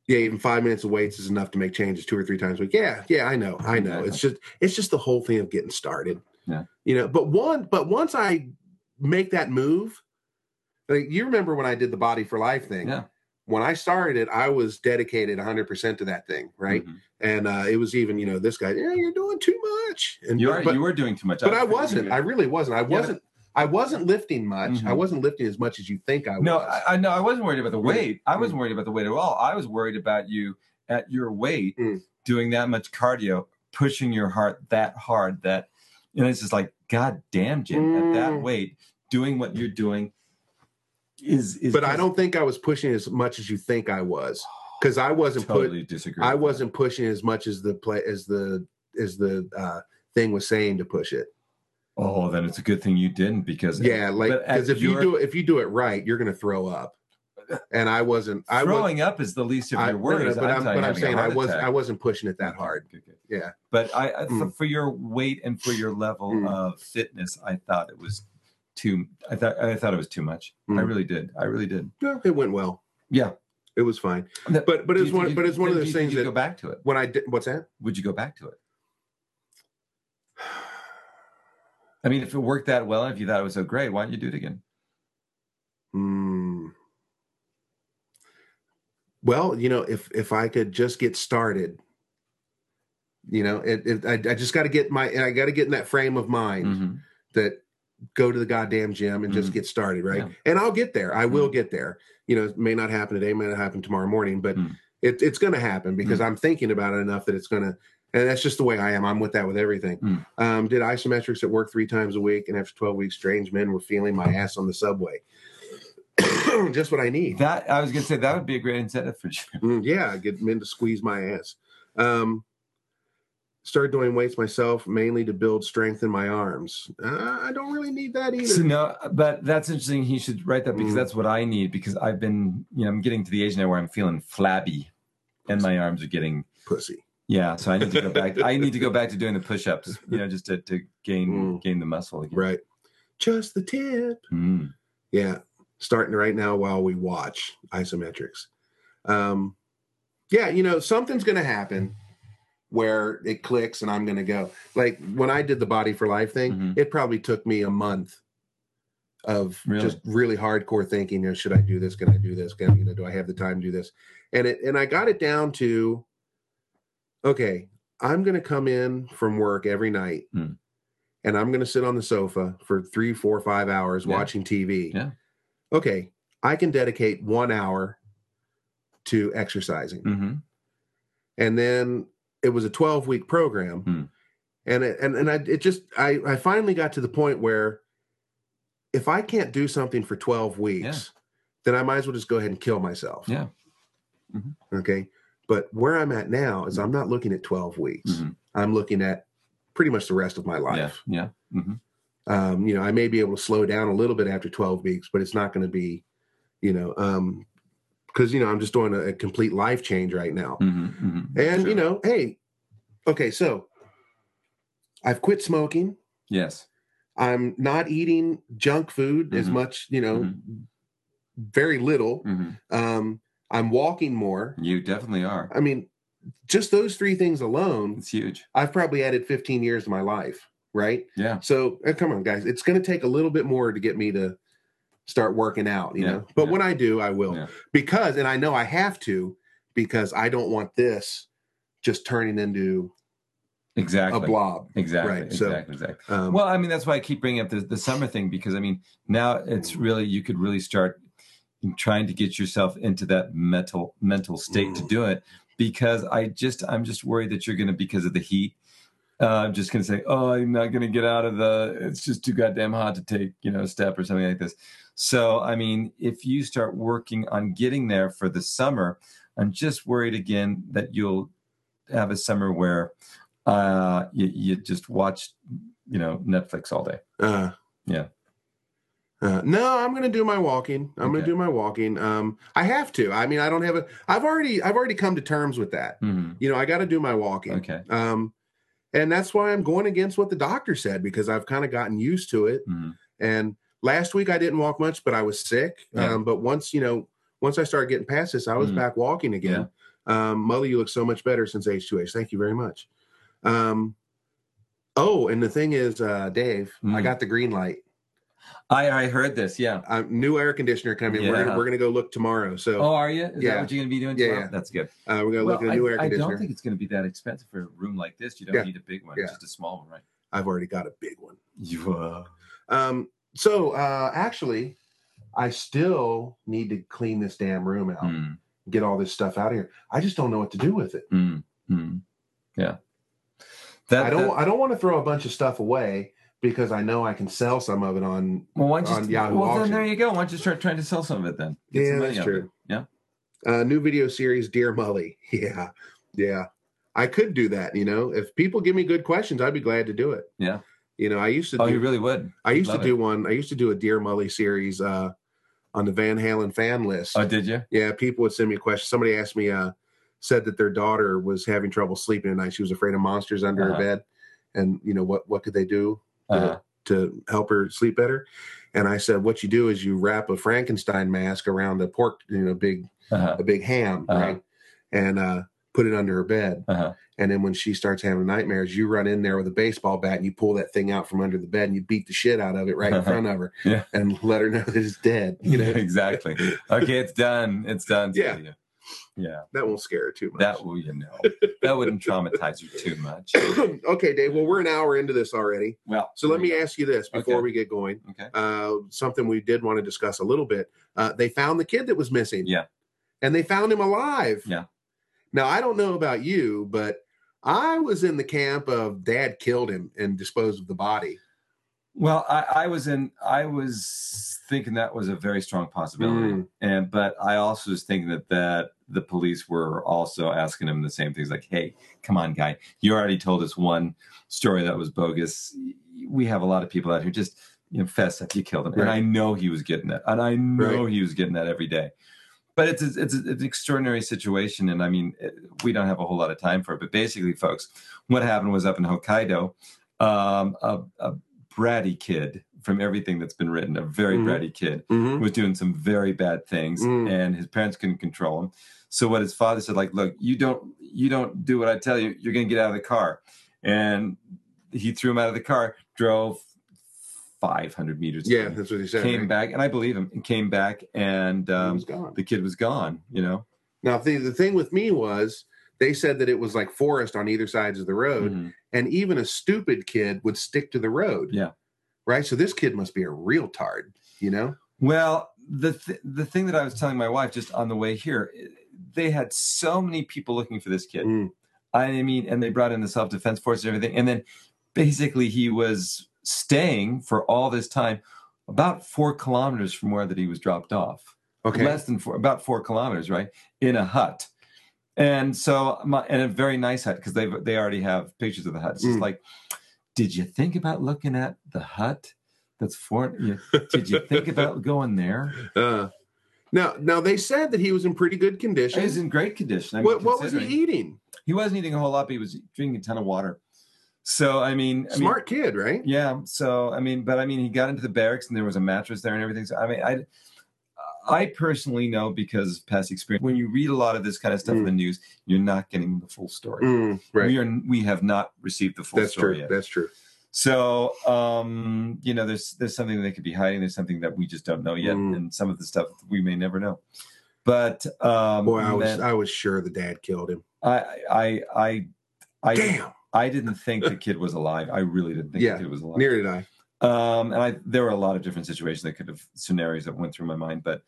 yeah, even five minutes of weights is enough to make changes two or three times a week. Yeah, yeah, I know, I know. It's just it's just the whole thing of getting started. Yeah. you know. But one, but once I make that move, like you remember when I did the Body for Life thing. Yeah. When I started it, I was dedicated 100% to that thing, right? Mhm. And uh, it was even, you know, this guy, yeah, you're doing too much. And You but- are. but- you were doing too much. but I think you wasn't. were- I really wasn't. I but- wasn't. I wasn't lifting much. I Mhm. wasn't lifting as much as you think I was. no, I, I no, I wasn't worried about the Mm. weight. I wasn't worried about the weight at all. I was worried about you at your weight Mm. doing that much cardio, pushing your heart that hard that, you know, it's just like, God damn, Jim, at that Mm. weight, doing what you're doing is is. but I just don't think I was pushing as much as you think I was, because I wasn't put. totally disagree. I with that. wasn't pushing as much as the play as the as the uh, thing was saying to push it. Oh, then it's a good thing you didn't because Yeah, like but at because if your- you do if you do it right, you're going to throw up. And I wasn't. I was. throwing up is the least of I, no, your no, worries. but I'm, thought but you were I'm having a saying I heart was attack. I wasn't pushing it that hard. Good, good. Yeah. But I, I- for, Mm. for your weight and for your level Mm. of fitness, I thought it was too. I thought I thought it was too much. I Mm. really did. I really did. No, it went well. Yeah. It was fine. That- But but Do it's you- do one you- but it's one of do you- those do you things go that back to it. when I did what's that? Would you go back to it? I mean, if it worked that well, and if you thought it was so great, why don't you do it again? Hmm. Well, you know, if if I could just get started, you know, it, it, I, I just got to get my, I got to get in that frame of mind Mhm. that go to the goddamn gym and just Mhm. get started, right? Yeah. Mm. And I'll get there. I will get there. You know, it may not happen today, may not happen tomorrow morning, but Mm. it, it's going to happen because I'm thinking about it enough that it's going to. And that's just the way I am. I'm with that with everything. Mm. Um, did isometrics at work three times a week, and after 12 weeks, strange men were feeling my ass on the subway. just what I need. That I was gonna say that would be a great incentive for you. Mm, yeah, get men to squeeze my ass. Um, started doing weights myself, mainly to build strength in my arms. Uh, I don't really need that either. So no, but that's interesting. He should write that because Mm. that's what I need because I've been, you know, I'm getting to the age now where I'm feeling flabby, and my arms are getting Pussy. yeah. So I need to go back. I need to go back to doing the push-ups, you know, just to, to gain Mm. gain the muscle again. Right. Just the tip. Mm. Yeah. Starting right now while we watch isometrics. Um, yeah, you know, something's going to happen where it clicks and I'm going to go. Like when I did the Body for Life thing, Mhm. it probably took me a month of Really? just really hardcore thinking, you know, should I do this? Can I do this? Can I, you know, do I have the time to do this? And it, and I got it down to, okay, I'm going to come in from work every night Mm. and I'm going to sit on the sofa for three, four, five hours Yeah. watching TV. Yeah. Okay. I can dedicate one hour to exercising. hmm And then it was a 12 week program. Hmm. And it, and, and I, it just, I, I finally got to the point where if I can't do something for 12 weeks, then I might as well just go ahead and kill myself. Yeah. Mhm. Okay. But where I'm at now Mm-hmm. is I'm not looking at 12 weeks. Mhm. I'm looking at pretty much the rest of my life Yeah. Yeah. hmm um, you know, I may be able to slow down a little bit after 12 weeks, but it's not going to be, you know, um, cause you know, I'm just doing a, a complete life change right now. hmm hmm And Sure. you know, Hey, okay. So I've quit smoking. Yes. I'm not eating junk food as Mhm. much, you know, very little. hmm Um, I'm walking more. You definitely are. I mean, just those three things alone, It's huge. I've probably added 15 years to my life. Right. Yeah. So uh, come on, guys. It's going to take a little bit more to get me to start working out, you Yeah, know. But yeah. when I do, I will Yeah. because, and I know I have to because I don't want this just turning into Exactly. a blob. Exactly. Right, so, Exactly. exactly. Um, well, I mean, that's why I keep bringing up the, the summer thing because I mean, now it's Mm. really you could really start trying to get yourself into that mental mental state to do it. Because I just I'm just worried that you're going to because of the heat. Uh, I'm just going to say, oh, I'm not going to get out of the. It's just too goddamn hot to take you know a step or something like this. So I mean, if you start working on getting there for the summer, I'm just worried again that you'll have a summer where uh, you, you just watch you know Netflix all day. uh, Yeah. Uh, no, I'm going to do my walking. I'm going Okay. to do my walking. Um, I have to. I mean, I don't have a. I've already. I've already come to terms with that. hmm You know, I got to do my walking. Okay. Um, and that's why I'm going against what the doctor said because I've kind of gotten used to it. hmm And last week I didn't walk much, but I was sick. Yeah. Um, but once you know, once I started getting past this, I was Mm. back walking again. Um, Mully, you look so much better since H2H. Thank you very much. Um, oh, and the thing is, uh, Dave, I Mm. got the green light. I I heard this. Yeah. Um, new air conditioner coming. We're Yeah. gonna, we're gonna go look tomorrow. So Oh, are you? Is that Yeah. what you're going to be doing? Yeah, tomorrow? yeah. That's good. uh, we're gonna look at Oh, Well, a new I, air I conditioner. don't think it's going to be that expensive for a room like this. You don't Yeah. need a big one, Yeah. just a small one, right? I've already got a big one. You uh, Um, so uh, actually, I still need to clean this damn room out, mm, get all this stuff out of here. I just don't know what to do with it. mm, mm. yeah. That, I don't. that- I don't want to throw a bunch of stuff away because I know I can sell some of it on. well, why don't on you? Yahoo well, then auction. there you go. Why don't you start trying to sell some of it then? Get some yeah, money that's out of it. true. Yeah. Uh, new video series, Dear Mully. Yeah, yeah. I could do that. You know, if people give me good questions, I'd be glad to do it. Yeah. You know, I used to. Oh, do, you really would. I used to love do one. I used to do a Dear Mully series uh, on the Van Halen fan list. Oh, did you? Yeah, people would send me a question. Somebody asked me, uh, said that their daughter was having trouble sleeping at night. She was afraid of monsters under Uh-huh. her bed, and you know what? What could they do to, Uh-huh. to help her sleep better? And I said, what you do is you wrap a Frankenstein mask around a pork, you know, big Uh-huh. a big ham, Uh-huh. right? And uh, put it under her bed. Uh-huh. And then when she starts having nightmares, you run in there with a baseball bat and you pull that thing out from under the bed and you beat the shit out of it right in front of her Uh-huh. Yeah. and let her know that it's dead. You know, exactly. Okay, it's done. It's done. to Yeah. you. Yeah. that won't scare her too much. That will you know. That wouldn't traumatize you too much. okay, Dave. Well, we're an hour into this already. Well, So let me ask you this before Okay. we get going. Okay. Uh, something we did want to discuss a little bit. Uh, they found the kid that was missing. Yeah. And they found him alive. Yeah. Now, I don't know about you, but I was in the camp of dad killed him and disposed of the body. Well, I, I was in. I was thinking that was a very strong possibility, Mm. and but I also was thinking that that the police were also asking him the same things, like, "Hey, come on, guy, you already told us one story that was bogus. We have a lot of people out here just you know, fess up, you killed him." And Right. I know he was getting that, and I know he was getting that every day. But it's a, it's, a, it's an extraordinary situation, and I mean, it, we don't have a whole lot of time for it. But basically, folks, what happened was up in Hokkaido, um, a, a bratty kid from everything that's been written, a very Mhm. bratty kid Mm-hmm. was doing some very bad things Mm. and his parents couldn't control him. So what his father said, like, look, you don't you don't do what I tell you, you're gonna get out of the car. And he threw him out of the car, drove five hundred meters. Yeah, that's what he said. Came right? back, and I believe him. And came back, and he um, was gone. the kid was gone. You know, Now, the, the thing with me was they said that it was like forest on either sides of the road, Mhm. and even a stupid kid would stick to the road. Yeah. Right. So this kid must be a real tard, you know? Well, the th- the thing that I was telling my wife just on the way here, eh, they had so many people looking for this kid. Mm. I mean, and they brought in the self defense force and everything, and then basically he was staying for all this time, about four kilometers from where that he was dropped off, Okay. less than four, about four kilometers, right, in a hut. And so, my, and a very nice hut because they they already have pictures of the hut. It's just Mm. like, did you think about looking at the hut? That's four. You, did you think about going there? Uh, now, now they said that he was in pretty good condition. He was in great condition. I mean, what, what was he considering- eating? He wasn't eating a whole lot, but he was drinking a ton of water. So I mean, I mean, Smart kid, right? yeah. So I mean, but I mean, he got into the barracks and there was a mattress there and everything. So I mean, I, I personally know because of past experience. When you read a lot of this kind of stuff in the news, you're not getting the full story. Mm, right. We are. We have not received the full That's story true. yet. That's true. So um, you know, there's there's something they could be hiding. There's something that we just don't know yet, Mm. and some of the stuff we may never know. But um, Boy, I was man, I was sure the dad killed him. I I I I, Damn. I didn't think the kid was alive. I really didn't think Yeah, the kid was alive. Near did I. um, and I there were a lot of different situations that could have scenarios that went through my mind, but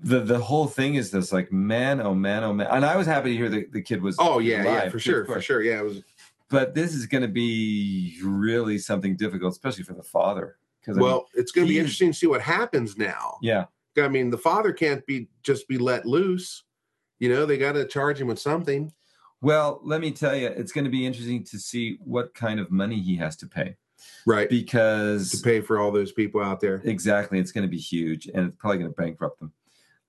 the the whole thing is this like man oh man oh man and I was happy to hear that the kid was Oh yeah, yeah, alive, for of sure, for course. sure. Yeah, it was. But this is going to be really something difficult, especially for the father. Because Well, it's going to be he- interesting to see what happens now. yeah, I mean, the father can't be just be let loose. You know, they got to charge him with something. Well, let me tell you, it's going to be interesting to see what kind of money he has to pay Right. because to pay for all those people out there. exactly, it's going to be huge, and it's probably going to bankrupt them.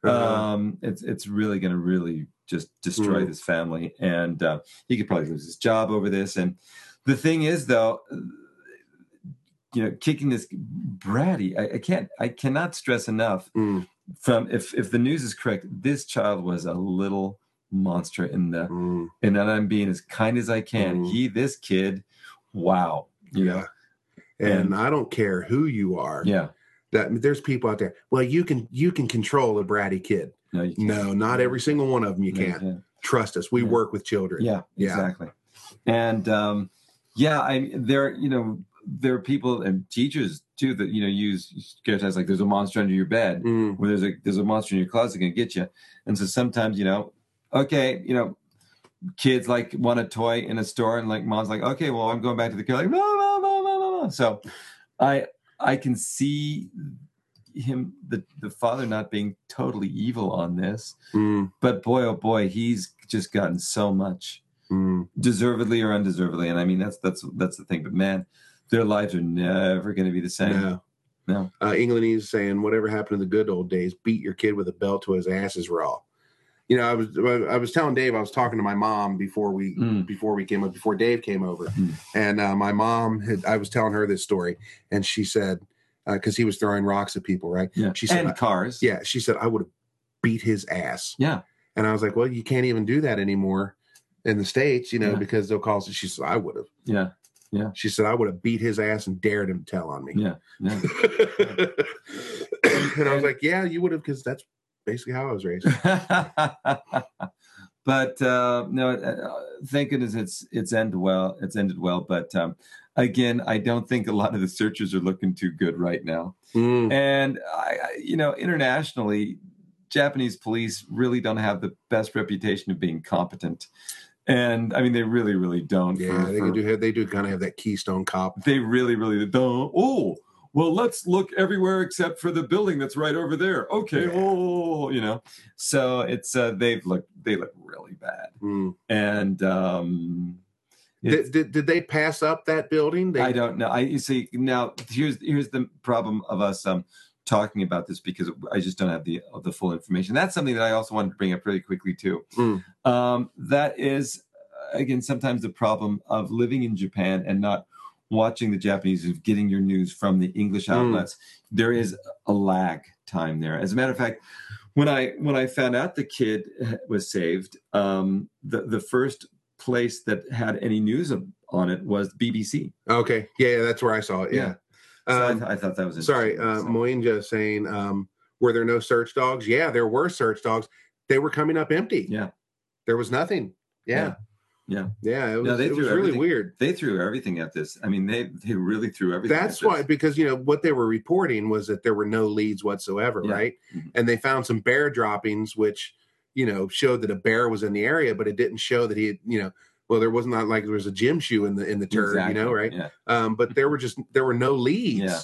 Uh, Um, it's it's really going to really just destroy Mm. this family, and uh, he could probably lose his job over this. And the thing is, though, you know, kicking this bratty, I, I can't, I cannot stress enough. mm, From if if the news is correct, this child was a little monster in the mm, and then I'm being as kind as I can. Mhm. He, this kid, wow, you know, and And- I don't care who you are. yeah, That there's people out there. Well, you can you can control a bratty kid. no, you can't. No, not every single one of them. You No, can't trust us. We Yeah. work with children. Yeah, Yeah. exactly. And um, yeah, I there, you know, there are people and teachers too that you know use scare tactics like "there's a monster under your bed," Mm, where there's a there's a monster in your closet gonna get you. And so sometimes you know, okay, you know. Kids like want a toy in a store, and like mom's like, okay, well, I'm going back to the car. Like, no, no, no, no, no, no. So, I I can see him the the father not being totally evil on this, mm, but boy, oh boy, he's just gotten so much mm. deservedly or undeservedly, and I mean that's that's that's the thing. But man, their lives are never going to be the same. No. No. Uh, England is saying whatever happened in the good old days. Beat your kid with a belt till his ass is raw. You know, I was I was telling Dave I was talking to my mom before we Mm. before we came up before Dave came over, Mm. and uh, my mom had I was telling her this story, and she said because he was throwing rocks at people, right? Yeah. She said- and cars. Yeah, she said I would have beat his ass, Yeah. and I was like, well, you can't even do that anymore in the states, you know, Yeah. because they'll call. She said, "I would have." Yeah. She said, "I would have beat his ass and dared him to tell on me." Yeah. Yeah. and I was like, "Yeah, you would have," because that's basically how I was raised. but uh, no, uh, thank goodness it's it's ended well. It's ended well, but um, again, I don't think a lot of the searches are looking too good right now. Mm. And I, I- you know, internationally, Japanese police really don't have the best reputation of being competent, and I mean, they really, really don't. Yeah, for- they for- can do. They do kind of have that Keystone Cop. they really, really don't. Oh, well, let's look everywhere except for the building that's right over there. Okay, Yeah. oh, you know. So it's uh, they've looked they look really bad, Mm. and um, it's- Did, did, did they pass up that building? They, I don't know. I you see now here's here's the problem of us um talking about this because I just don't have the of the full information. That's something that I also wanted to bring up really quickly too. Mm. Um, that is uh, again sometimes the problem of living in Japan and not watching the Japanese and getting your news from the English outlets. There is a lag time there. As a matter of fact, when I when I found out the kid was saved, um, the the first place that had any news of- on it was BBC. Okay. Yeah, yeah, that's where I saw it. Yeah. So I, Um, th- I thought that was sorry, uh, interesting. So- Moinja saying, um, were there no search dogs? Yeah, there were search dogs. They were coming up empty. Yeah. There was nothing. Yeah. Yeah. Yeah. it was, they it threw was really everything. weird. they threw everything at this. I mean, they they really threw everything. at That's this. why, because, you know, what they were reporting was that there were no leads whatsoever, Yeah. right? Mhm. And they found some bear droppings, which, you know, showed that a bear was in the area, but it didn't show that he had, you know, well, there wasn't like there was a gym shoe in the in the turd, Exactly. you know, right? Yeah, um, but there were just there were no leads. Yeah.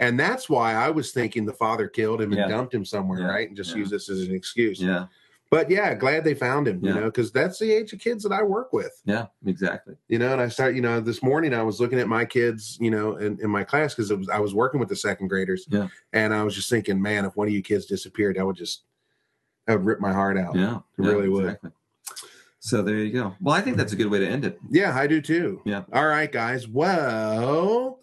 And that's why I was thinking the father killed him and Yeah. dumped him somewhere, Yeah. right? And just Yeah. use this as an excuse. yeah, But yeah, glad they found him, you Yeah. know, because that's the age of kids that I work with, yeah, exactly. you know. And I start, you know, this morning I was looking at my kids, you know, in, in my class because was, I was working with the second graders. Yeah. And I was just thinking, man, if one of you kids disappeared, I would just, I would rip my heart out. Yeah, It yeah, really would. Exactly. So there you go. Well, I think that's a good way to end it. Yeah, I do too. Yeah. All right, guys. Well,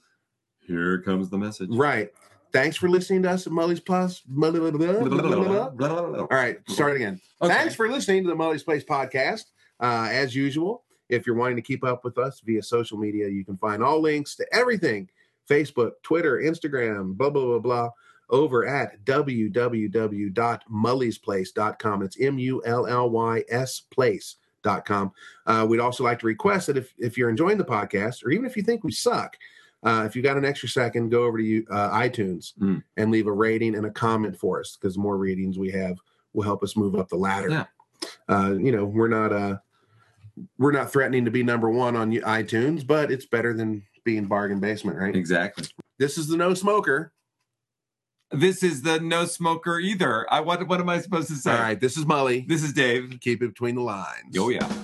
Here comes the message. Right. Thanks for listening to us at Mully's Plus. Blah, blah, blah, blah, blah, blah, blah. All right, start again. Okay. Thanks for listening to the Mully's Place podcast. Uh, as usual, if you're wanting to keep up with us via social media, you can find all links to everything Facebook, Twitter, Instagram, blah, blah, blah, blah, over at www.mullysplace.com. It's M U L L Y S place.com. Uh, we'd also like to request that if, if you're enjoying the podcast, or even if you think we suck, uh, if you got an extra second, go over to you, uh, iTunes Mm. and leave a rating and a comment for us because the more ratings we have will help us move up the ladder. Yeah. Uh, you know, we're not uh, we're not threatening to be number one on iTunes, but it's better than being bargain basement, right? Exactly. This is the no smoker. This is the no smoker either. I what? What am I supposed to say? All right, this is Molly. This is Dave. Keep it between the lines. Oh yeah.